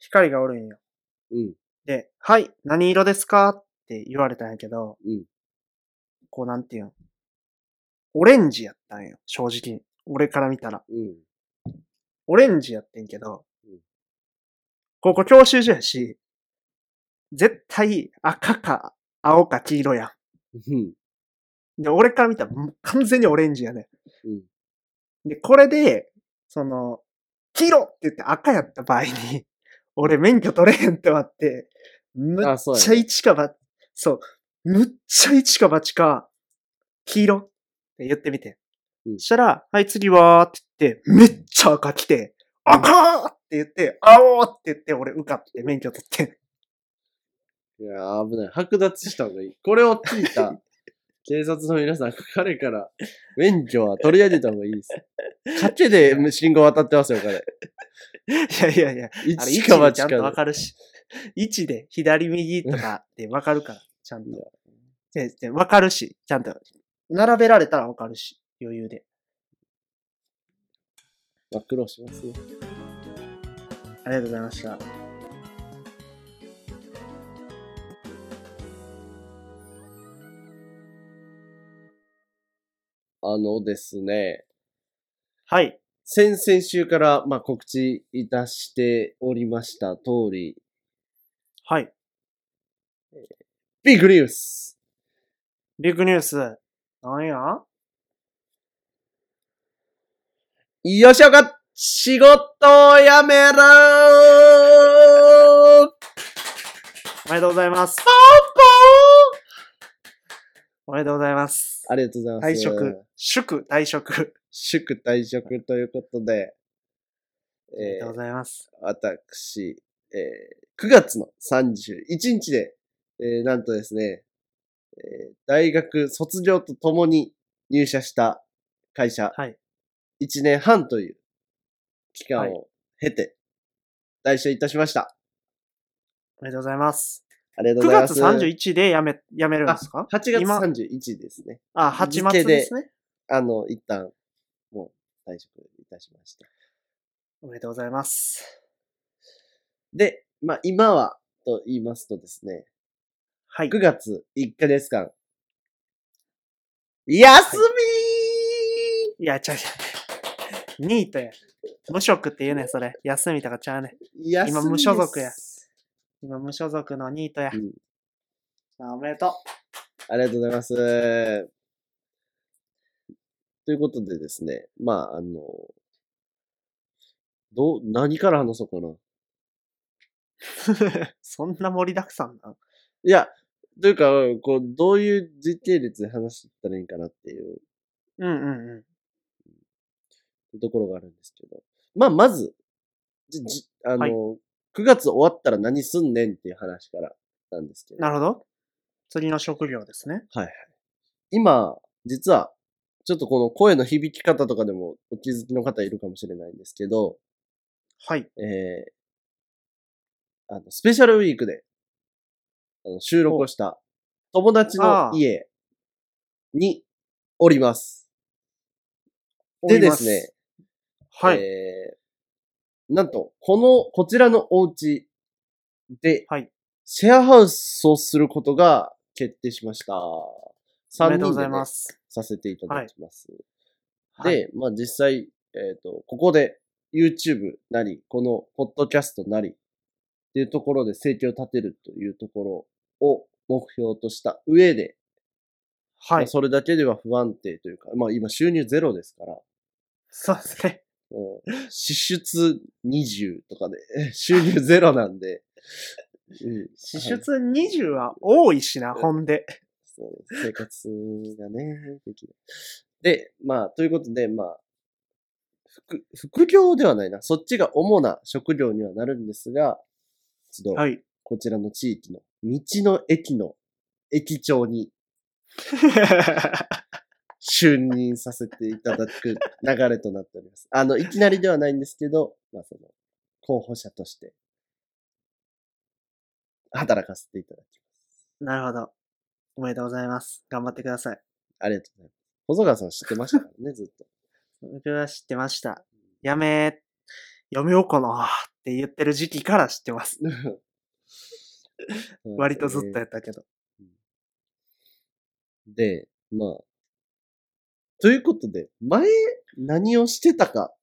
光がおるんよ。
うん。
で、はい、何色ですかって言われたんやけど、
うん
こうなんていうんオレンジやったんよ、正直。俺から見たら。
うん。
オレンジやってんけど
うん、
ここ教習所やし、絶対赤か青か黄色やん。
うん。
で、俺から見たらむ完全にオレンジやね。
うん。
で、これで、その、黄色って言って赤やった場合に、 俺免許取れへんってなって、むっ
あそうやね
ちゃ一かば、そう、むっちゃ一か八か、黄色って言ってみて。
うん
そしたら、はい、次はーって言って、めっちゃ赤来て、赤ーって言って、青ーって言って、俺受かって免許取ってん。
いやー、危ない。剥奪した方がいい。これを聞い た警察の皆さん、彼から免許は取り上げた方がいいです。賭けで信号渡ってますよ、彼。
いやいやいや、あれ位
一
置
か
でち
八
ゃんと
か
わ
で。
かるし。位置で左右とかでわかる から、ちゃん
いや
と。で、でわかるし、ちゃんと。並べられたらわかるし、余裕で。
まあ、苦労しますね。
ありがとうございました。
あのですね。
はい。
先々週から、まあ、告知いたしておりました通り、
はい。
ビッグニュース
ビッグニュース。なんや
吉岡仕事を辞めろー
おめでとうございます。おめでとうございます。
ありがとうございます。
退職。祝退職。
祝退職ということで、
おめで
え
とう
ー
ございます。
私、えー9月の31日で、えーなんとですね、えー大学卒業とともに入社した会社、
はい。
1年半という期
は
間
い
を経て、退社いたしました。
おめでとうございます。
ありがと
9
うございま
月
す。
31でやめ、やめるんですか
8月31ですね。
あ、8月ですね。
あの、一旦、もう退職いたしました。
おめでとうございます。
で、まあ今は、と言いますとですね、
はい。
9月1ヶ月間、休み
いや、ちゃうちゃう。ニートや。無職って言うねん、それ。休みとかちゃうねん。
ー休み
今無所属
で
や
す
今、無所属のニートや。
うん
あおめでとう。
ありがとうございます。ということでですね、まあ、あの、どう、何から話そうかな。
そんな盛りだくさんなん
いや、というか、こう、どういう時系列で話してったらいいんかなっていう
うんうんうん。
ところがあるんですけど。まあ、まず、じ、じ、あの、
はい
9月終わったら何すんねんっていう話からなんですけど。
なるほど。次の職業ですね。
はいはい。今、実は、ちょっとこの声の響き方とかでもお気づきの方いるかもしれないんですけど、
はい。
えーあの、スペシャルウィークで、あの収録をした、友達の家におります。でですね、
おります。はい。
えーなんと、この、こちらのお家で、
はい
シェアハウスをすることが決定しました。
お
3
めで
人
とうござ
で
い
ね、
ます。
させていただきます。
はい
で、まあ実際、えっ、と、ここで YouTube なり、このポッドキャストなり、っていうところで生計を立てるというところを目標とした上で、
は
まあ
い。
それだけでは不安定というか、まあ今収入ゼロですから、
そうですね。
うん支出20とかで、 収入ゼロなんで、うん
支
はい
出20は多いしな、ほんで。
そう生活がね、できない。で、まあ、ということで、まあ、副、副業ではないな。そっちが主な職業にはなるんですが、一度、
はい。
こちらの地域の、道の駅の駅長に就任させていただく流れとなっております。あの、いきなりではないんですけど、まあ、その、候補者として、働かせていただきます。
なるほど。おめでとうございます。頑張ってください。
ありがとうございます。細川さん知ってましたからね、ずっと。
僕は知ってました。やめ、読めようかなって言ってる時期から知ってます。 割とずっとやったけど。
で、まあ。ということで、前、何をしてたか。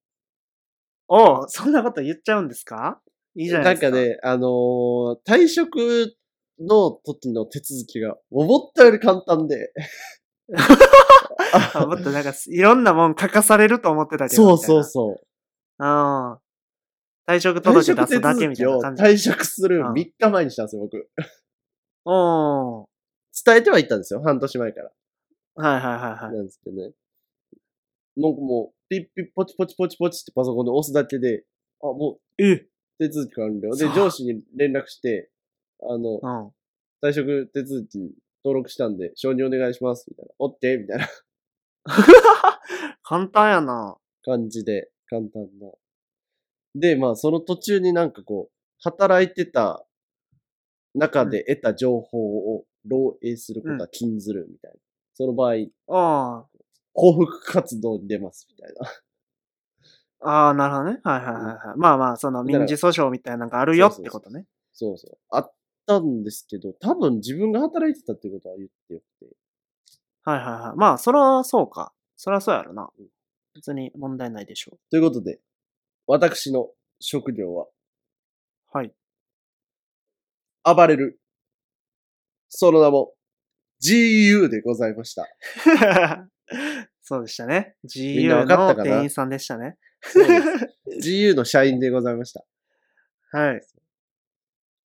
おうそんなこと言っちゃうんですかいいじゃないですか。
んかね、あのー退職の時の手続きが、思ったより簡単で。
あもっとなんか、いろんなもん書かされると思ってたけど。
そ
う。
うそうそう。
うん。退職
退
届
職
出
手
すだけ
続
みた
き
いな
を
感じ。
退職する
うん
3日前にしたんですよ、僕。
おー
伝えてはいったんですよ、半年前から。
はいはいはいはい。
なんですけどね。なんかもう、ピッピッポチポチポチポチってパソコンで押すだけで、あ、も
え
う手続き完了。で、
そう
上司に連絡して、あの、
うん。
退職手続き登録したんで、承認お願いします、みたいな。おって、みたいな
簡単やな。
感じで、簡単な。で、まあ、その途中になんかこう、働いてた中で得た情報を漏洩することは禁ずる、みたいな。その場合、
あ
幸福活動に出ます、みたいな。
あ。ああ、なるほどね。はいはいはいはい。まあまあ、その
だから
民事訴訟みたいなのがあるよってことね。
そうそう。あったんですけど、多分自分が働いてたっていうことは言ってよくて。
はいはいはい。まあ、そらそうか。そらそうやろな。別に問題ないでしょ
ということで、私の職業は、
う。はい。
暴れる。その名も、GU でございました。
そうでしたね。
んな
GU
わか
の
ったかな
店員さんでしたね。
GU の社員でございました。
はい。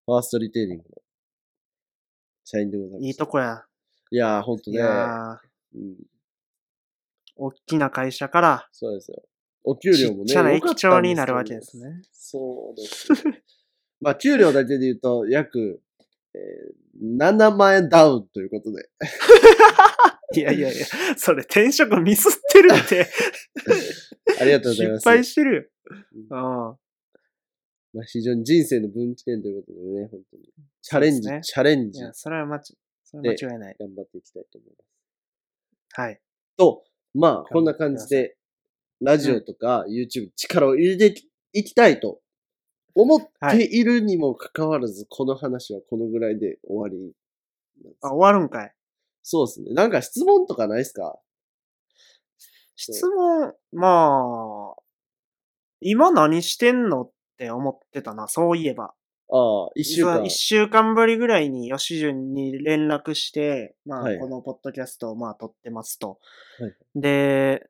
ファーストリテイリングの社員でございました。
いいとこや。
いやー、ほんと
い
ね。
やー、
うん、
大きな会社から、
そうですよ。お給
ち
料も
っ
ね、
ちゃな
良か
駅
ったんですけど
長になるわけです。ね。
そうです。 まあ、給料だけで言うと、約、えー7万円ダウンということで。
いやいやいや、それ転職ミスってる って。
ありがとうございま
失
す。
敗してるよ。
まあ、非常に人生の分岐点ということでね、本当に。チャレンジ、
そうですね
チャレン
うん。い
ジ、
や、それは間違それは間違いない。
頑張っていきたいと思います。
はい。
と、まあ、こんな感じで、ラジオとか YouTube 力を入れていきたいと思っているにもかかわらず、この話はこのぐらいで終わりなんです
あ、終わるんかい。
そうですね。なんか質問とかないですか
質問、まあ、今何してんのって思ってたな、そういえば。
ああ、一週間
一。週間ぶりぐらいに吉純に連絡して、まあ、
はい
このポッドキャストをまあ撮ってますと。
はい
で、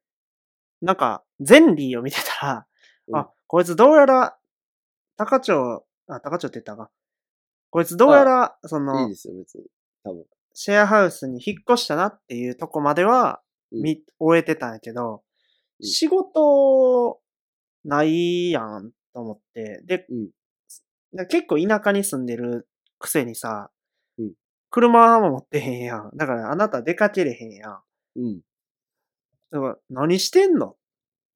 なんか、ゼンリーを見てたら、
うん
あ、こいつどうやら、高町、あ、高町って言ったか。こいつどうやら、そ
いい
の
で、すよ、別に。多分。
シェアハウスに引っ越したなっていうとこまでは、
うん
み、終えてたんやけど、
うん
仕事、ないやん、と思って。で、
うん
だ結構田舎に住んでるくせにさ、
うん
車も持ってへんやん。だからあなた出かけれへんやん。
うん。
だから何してんのっ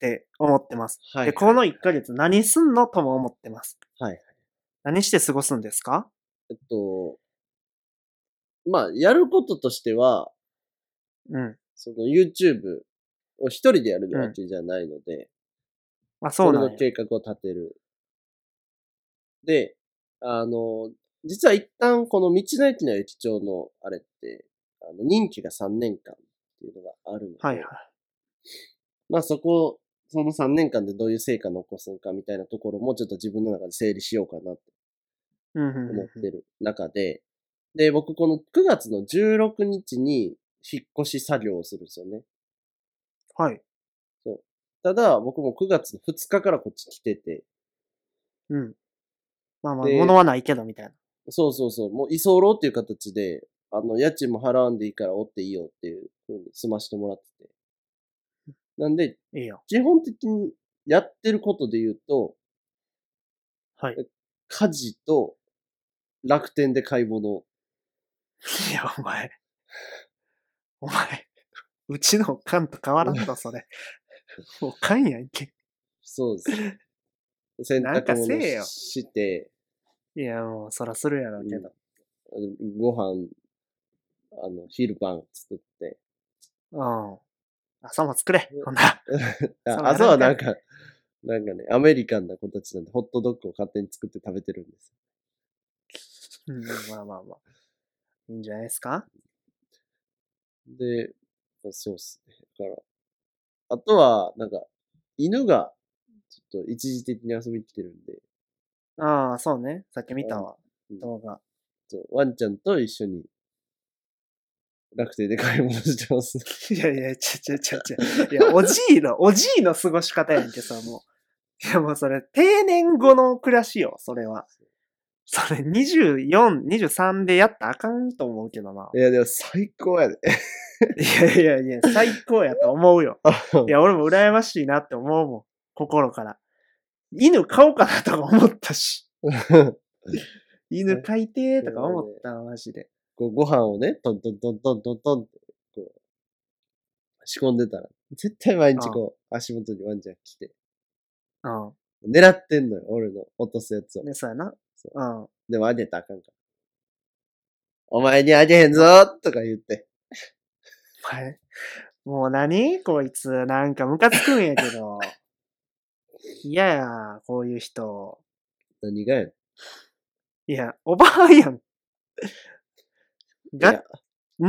て思ってます。
はい。
で、この1ヶ月何すんのとも思ってます。
はい。
何して過ごすんですか
えっと、まあ、やることとしては、
うん。
その YouTube を一人でやるわけじゃないので、
あ、そうな
れ
ん
の
や。
計画を立てる。で、あの、実は一旦この道の駅の駅長のあれって、あの任期が3年間っていうのがあるので、
はいはい。
まあそこを、その3年間でどういう成果残すのかみたいなところもちょっと自分の中で整理しようかなと
うんうんうん
思ってる中で、で、僕この9月の16日に引っ越し作業をするんですよね。
はい。
ただ、僕も9月の2日からこっち来てて、
うん。まあまあ、
で
物はないけどみたいな。
そうそうそう、もう居候っていう形で、あの、家賃も払わんでいいからおっていいよっていう風に済ましてもらってて。なんで、
いいよ。
基本的にやってることで言うと、
はい。
家事と楽天で買い物。
いや、お前。 お前。うちのおかんと変わらんだ、そ れ。おかんやんけ。
そうです。洗
なん
濯
かせ
物
えよ
しして、
いや、もう、そらするやろうけど。
うんご飯、あの、昼晩作って。
うん。朝も作れ。ほんなら。
あ
そう
朝はな
なんん
か、なんかね、アメリカンな子たちなんで、ホットドッグを勝手に作って食べてるんです。
うん、まあまあまあ。いいんじゃないですか
で、そうっすね。だから、あとは、なんか、犬が、ちょっと一時的に遊びに来てるんで、
ああ、そうね。さっき見たわ。
うん
動画。
そうワンちゃんと一緒に、楽天で買い物し てます。
いやいや、ちゃちゃちゃちゃ。いや、おじいの、おじいの過ごし方やんけ、それもう。いや、もうそれ、定年後の暮らしよ、それは。それ、24、23でやったらあかんと思うけどな。
いや、でも最高やで。
いやいやいや、最高やと思うよ。いや、俺も羨ましいなって思うもん。心から。犬飼おうかなとか思ったし。犬飼いてーとか思った、マジで。
こうご飯をね、トントントントントントンって、こう、仕込んでたら、絶対毎日こう、足元にワンちゃん来て、
うん。
狙ってんのよ、俺の落とすやつを。
ね、そうやな。
そう
うん。
でもあげたらあかんから。お前にあげへんぞーとか言って。
はい。もう何こいつ、なんかムカつくんやけ ど。いやや、こういう人。
何がやね
いや、おばあやん。
んいや
が、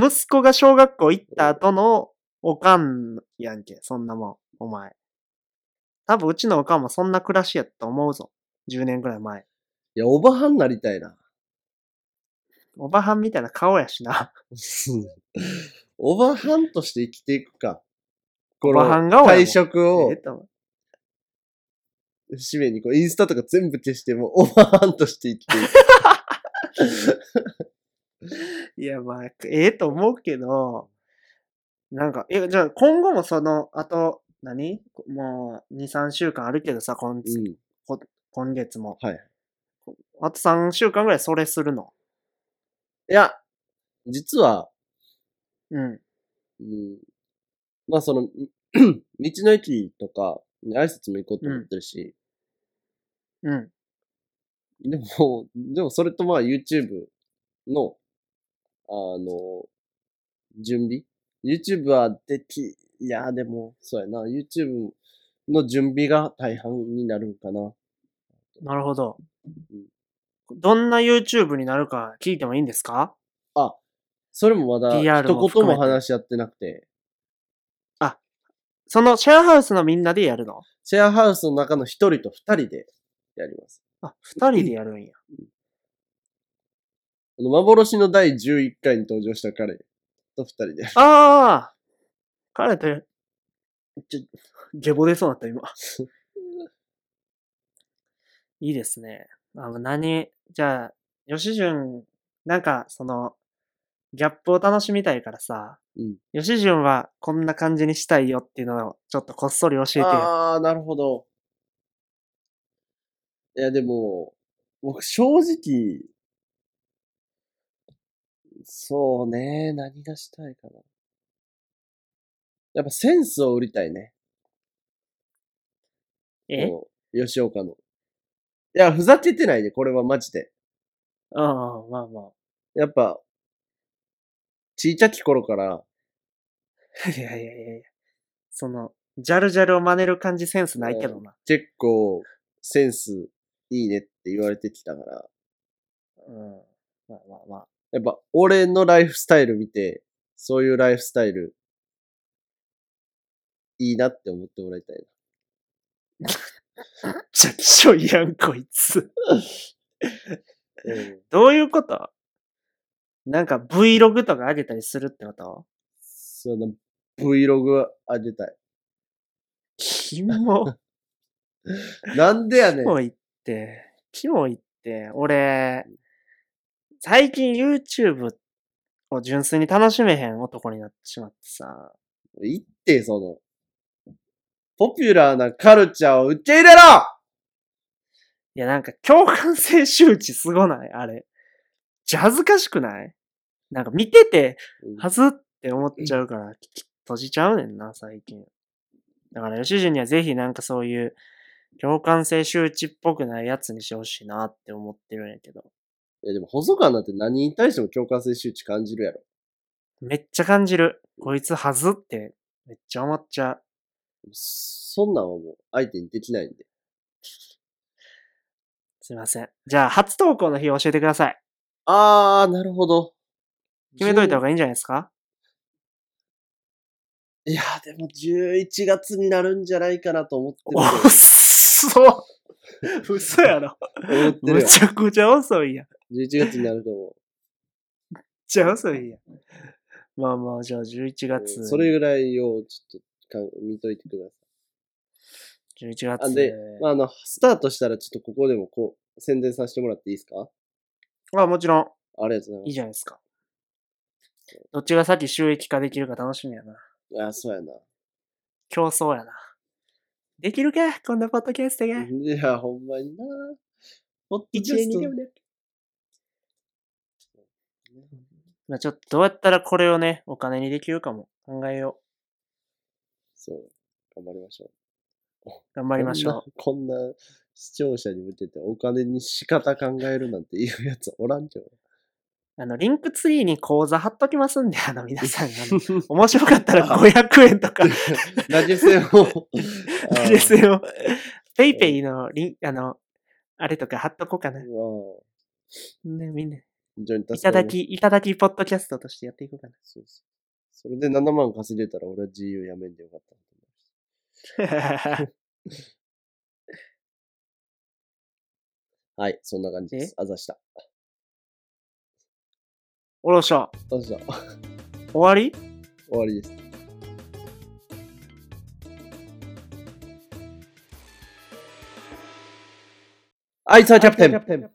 息子が小学校行った後のおかんやんけ、そんなもん、お前。多分うちのおかんもそんな暮らしやと思うぞ。10年くらい前。
いや、おばはんなりたいな。
おばはんみたいな顔やしな。
おばはんとして生きていくか。こ
おばはん
の
が
会食を
ええ、と
締めにこう、インスタとか全部消しても、おばはんとして生きてい く。
いや、まあ、ええと思うけど、なんか、え、じゃあ今後もその、あと、何もう、2、3週間あるけどさ、今,、
うん。
今月も。
はい。
あと3週間ぐらいそれするの。
いや、実は、
うん。
うん、まあその、 道の駅とかに挨拶も行こうと思ってるし、
うん。
でも、でもそれとまあ YouTube の、あの、準備 ?YouTube はでき、いや、でも、そうやな、YouTube の準備が大半になるんかな。
なるほど。どんな YouTube になるか聞いてもいいんですか
あ、それもまだ
PR も
一
含
言
めて
も話し合ってなくて、
そのシェアハウスのみんなでやるの
シェアハウスの中の一人と二人でやります。
あ、二人でやるんや。
あの幻の第11回に登場した彼と二人で。
ああ彼と、ちょ、ゲボ出そうだった、今。 いいですね。あの、何、じゃあ、吉潤、なんか、その、ギャップを楽しみたいからさ、
うん
吉潤はこんな感じにしたいよっていうのを、ちょっとこっそり教えてよ。
ああ、なるほど。いや、でも、僕、正直、そうね、何がしたいかな。やっぱセンスを売りたいね。
え
この吉岡の。いや、ふざけてないで、これはマジで。
ああ、まあまあ。
やっぱ、ちいちゃき頃から、
いやいやいやいや。その、ジャルジャルを真似る感じセンスないけどな。
結構、センスいいねって言われてきたから、
うん。まあまあまあ。
やっぱ、俺のライフスタイル見て、そういうライフスタイル、いいなって思ってもらいたいな。
めっちゃきしょいやん、こいつ。どういうことなんか Vlog とか上げたりするってこと
その、Vlog あげたい。
キモ。
なんでやね
キ
ん。
モいって。キモいって。俺、最近 YouTube を純粋に楽しめへん男になってしまってさ。
言って、その、ポピュラーなカルチャーを受け入れろ
いや、なんか共感性周知すごないあれ。じゃ恥ずかしくないなんか見てて、はずって思っちゃうから、き閉じちゃうねんな、最近。だから、吉純にはぜひなんかそういう、共感性周知っぽくないやつにしてほしいなって思ってるんやけど。
いや、でも、細川なんて何に対しても共感性周知感じるやろ。
めっちゃ感じる。こいつはずって、めっちゃ思っちゃう。
そんなんはもう、相手にできないんで。
すいません。じゃあ、初投稿の日教えてください。
あー、なるほど。
決めといた方
が
がいいんじゃないですか
いや、でも、11月になるんじゃないかなと思ってる
おっそ嘘やろ。
けど。思ってる
む
よ。
ちゃくちゃ遅いやん。
11月になると思
めっちゃ遅いやん。まあまあ、じゃあ11
う。
月。
それぐらいを、ちょっとかん、見といてください。
11月。
あで、まあ、あの、スタートしたら、ちょっとここでも、こう、宣伝させてもらっていいですか
あ、もちろん。
ありがとうございます
いい。じゃないですか。どっちが先収益化できるか楽しみやな。
あ、そうやな。
競争やな。できるかこんなポッドキャストが。
いや、ほんまにな。ポッドキャ
一円
ス
に
ト
でもね。まあちょっとどうやったらこれをね、お金にできるかも考えよ
そう。頑張りましょう。
う。頑張りましょう。
こんな。こんな視聴者に向けてお金に仕方考えるなんていうやつおらんけど。
あの、リンクツリーに口座貼っときますんで、 あの、皆さん、あの、面白かったら500円とか、
投げ銭 を。 あ
で。すよ。ペイペイのリン、あの、あれとか貼っとこうかな。
あ
ね、
あ
みんな。い
非常に助か
た
ります
だ。き、いただきポッドキャストとしてやっていこうかな。
そうそうそれで7万稼げたら俺は自由やめんでよかった。 はい、そんな感じです。あざした。
おろしょ、
あざした。
終わり
終わりです。はい、さあ、キャプテン。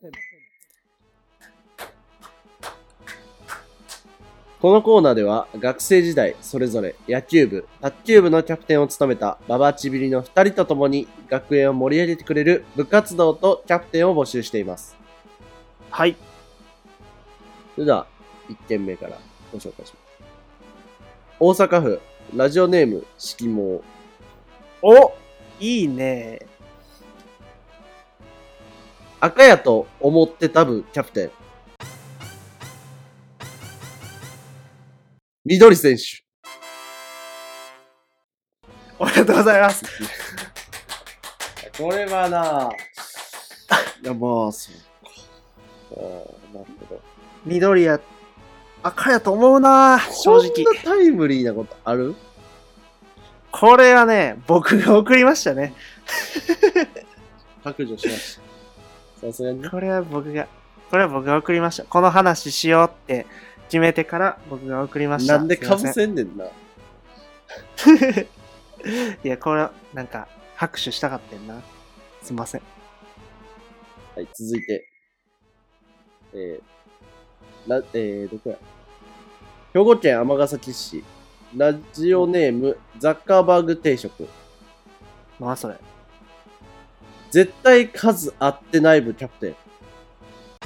このコーナーでは学生時代それぞれ野球部、卓球部のキャプテンを務めたババチビリの2人と共に学園を盛り上げてくれる部活動とキャプテンを募集しています。
はい。
それでは1件目からご紹介します。大阪府ラジオネーム色毛
おいいね。
赤やと思ってたぶキャプテン。緑選手。
おめでとうございます。
これはな いや、まあ、そうか。ああ、なるほど。
緑や、赤やと思うな正直。
こんなタイムリーなことある
これはね、僕が送りましたね。
削除しました。さすがにね。
これは僕が、これは僕が送りました。この話しようって決めてから僕が送りました。
なんでかぶ
すい
せんねんな。
ません いや、これ、なんか、拍手したかったんな。すいません。
はい、続いて。えー、な、えー、どこや兵庫県尼崎市。ラジオネーム、ザッカーバーグ定食。
まあ、それ。
絶対数合ってない部キャプテン。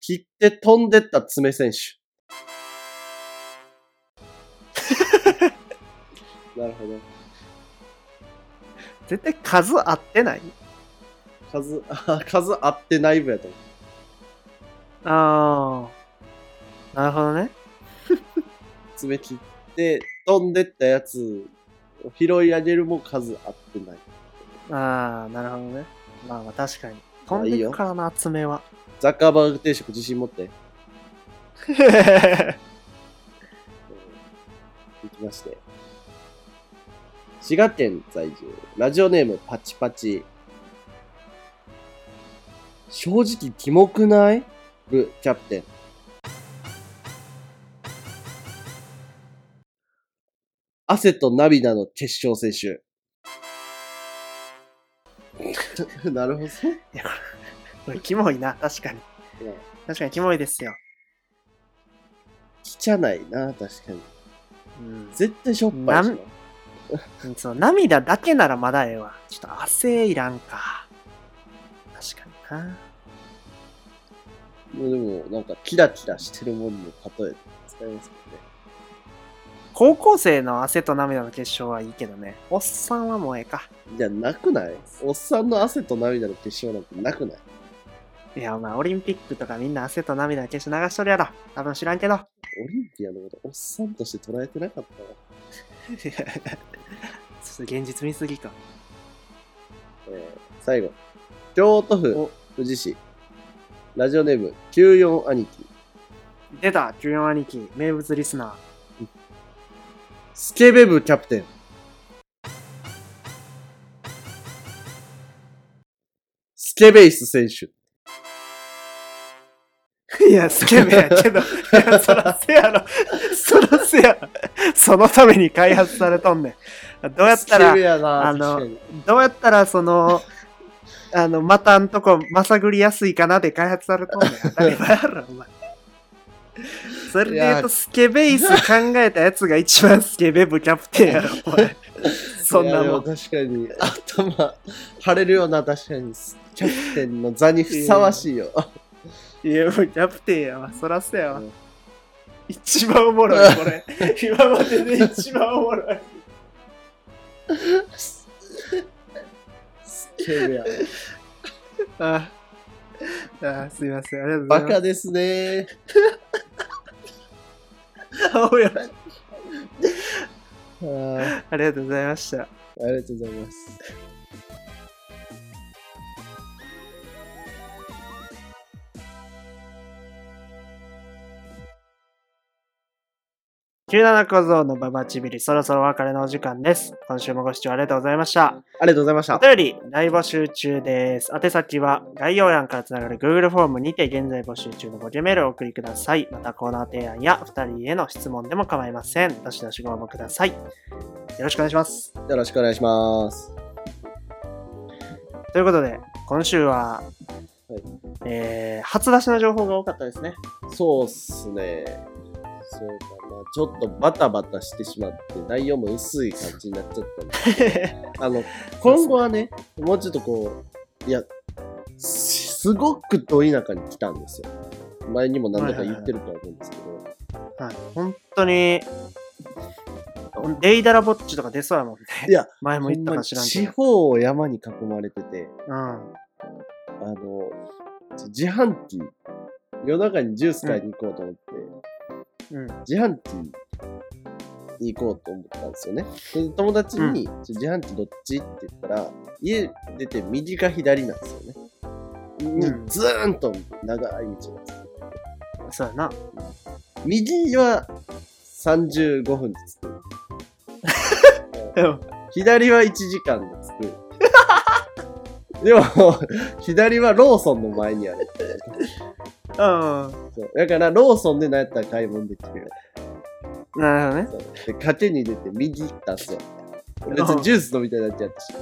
切って飛んでった爪選手。なるほど。
絶対数合ってない
数、あ数合ってない部やと思
ああ。なるほどね。
う。爪切って、飛んでったやつを拾い上げるも数合ってない。
ああ、なるほどね。まあまあ確かに。飛んでくからな、爪 は。
ザッカーバーグ定食自信持って。いきまして。滋賀県在住、ラジオネームパチパチ。正直、キモくない部キャプテン。汗と涙の決勝選手。なるほど。
いや、これ、これキモいな、確かに。確かにキモいですよ。
きちゃないな、確かに。
うん。
絶対しょっぱいしな
なんそう、涙だけならまだええわ。ちょっと汗いらんか。確かにな。
もうでも、なんか、キラキラしてるもんの例え使いますけどね。
高校生の汗と涙の結晶はいいけどね。おっさんはもうええか。
じゃなくないおっさんの汗と涙の結晶なんてなくない
いや、お前、オリンピックとかみんな汗と涙の結晶流しとるやろ。多分知らんけ ど。
オリンピアのことおっさんとして捉えてなかったわ。
ちょっと現実見すぎか。
えー最後。京都府
お
富士市。ラジオネーム94兄貴。
出た !14 兄貴、名物リスナ
スケベ部キャプテン。スケベイス選手。
ー。いや、スケベやけど、いや、そらせやろ。そらせやろ。そのために開発されとんねん。どうやった
ス
ら
ケベ、やな
あの
確かに
どうやったら、その、あの、またんとこ、まさぐりやすいかなで開発されとんねん。当たり前やろ、お前。それで言うと、スケベイス考えたやつが一番スケベ部キャプテンやろ、お前。そんない
やで
も
も
ん。
確かに、頭、腫れるような、確かに、キャプテンの座にふさわしいよ。
いや、もうキャプテンやわ。そらせやわ
うん。
一番おもろい、これ。 今までで一番おも ろい。
スケベやな。
ああああ、すいません。ありがとうござ
バ
い
カですね。
ます。青や
あー
ありがとうございました。
ありがとうございます。
97小僧のババチビリ、そろそろお別れのお時間です。今週もご視聴ありがとうございました。
ありがとうございました
お。便り大募集中です。宛先は概要欄からつながる Google フォームにて現在募集中のボケメールをお送りください。またコーナー提案や2人への質問でも構いません。どしどしご応募ください。よろしくお願いします。
よろしくお願いします。
ということで、今週は、
はい
えー、初出しの情報が多かったですね。
そうっすね。そうかな。ちょっとバタバタしてしまって、内容も薄い感じになっちゃったんで あの、今後はね、もうちょっとこう、いや、すすごくど田舎に来たんですよ。前にも何度か言ってるとは思うんですけど、
はい、本当に、デイダラぼっちとか出そうやもんね。
いや、
前も言った
ほん
か
まに
知らん
地
けど。
方を山に囲まれてて、
うん。
あの、自販機、夜中にジュース買いに行こうと思って、
うん。
自販機に行こうと思ったんですよね。で友達に、ちょ自販機どっちって言ったら、家出て右か左なんですよね。
うん
ずーんと長い道が続く。
そうやな。
右は35分で着く。
うん
左は1時間で着く。 でも、左はローソンの前にある。
うん。
そうだから、ローソンで何やったら買い物できるよ。
なるほどね。
そうで、賭けに出て右行ったんすよ。別にジュース飲みたいだけやったし。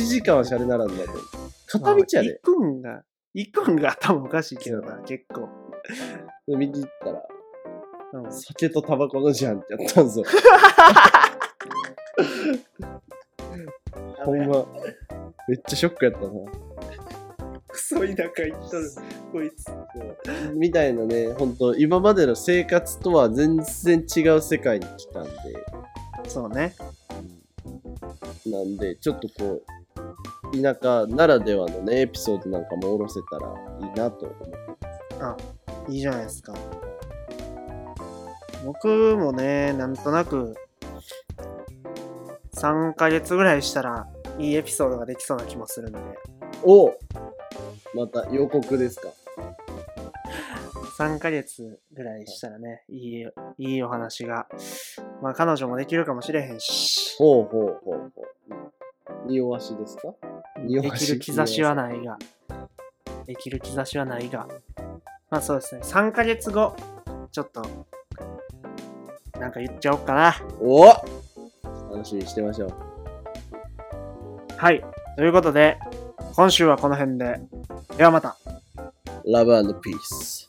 1時間はシャレならんだけど。片道や
行
で。
くんが、行くんが頭おかしいけどな、結構。
右行ったら、
うん
酒とタバコの自販機やったんすよ。ほんま、めっちゃショックやったな。
クソ田舎行っとる、こいつ。
みたいなね、ほんと、今までの生活とは全然違う世界に来たんで、
そうね。
なんで、ちょっとこう、田舎ならではのね、エピソードなんかもおろせたらいいなと思って。
いいじゃないですか。僕もね、なんとなく、3ヶ月ぐらいしたら、いいエピソードができそうな気もするので、
おまた予告ですか。
3ヶ月ぐらいしたらね、いい、いいお話が、まあ彼女もできるかもしれへんし、
ほうほうほうほう。匂わしですか匂
で
わし
きる兆しはないが、できる兆しはないが、まあそうですね、3ヶ月後、ちょっと、なんか言っちゃおうかな。
お楽しみにしてましょう。
はい。ということで、今週はこの辺で。ではまた。
Love and Peace.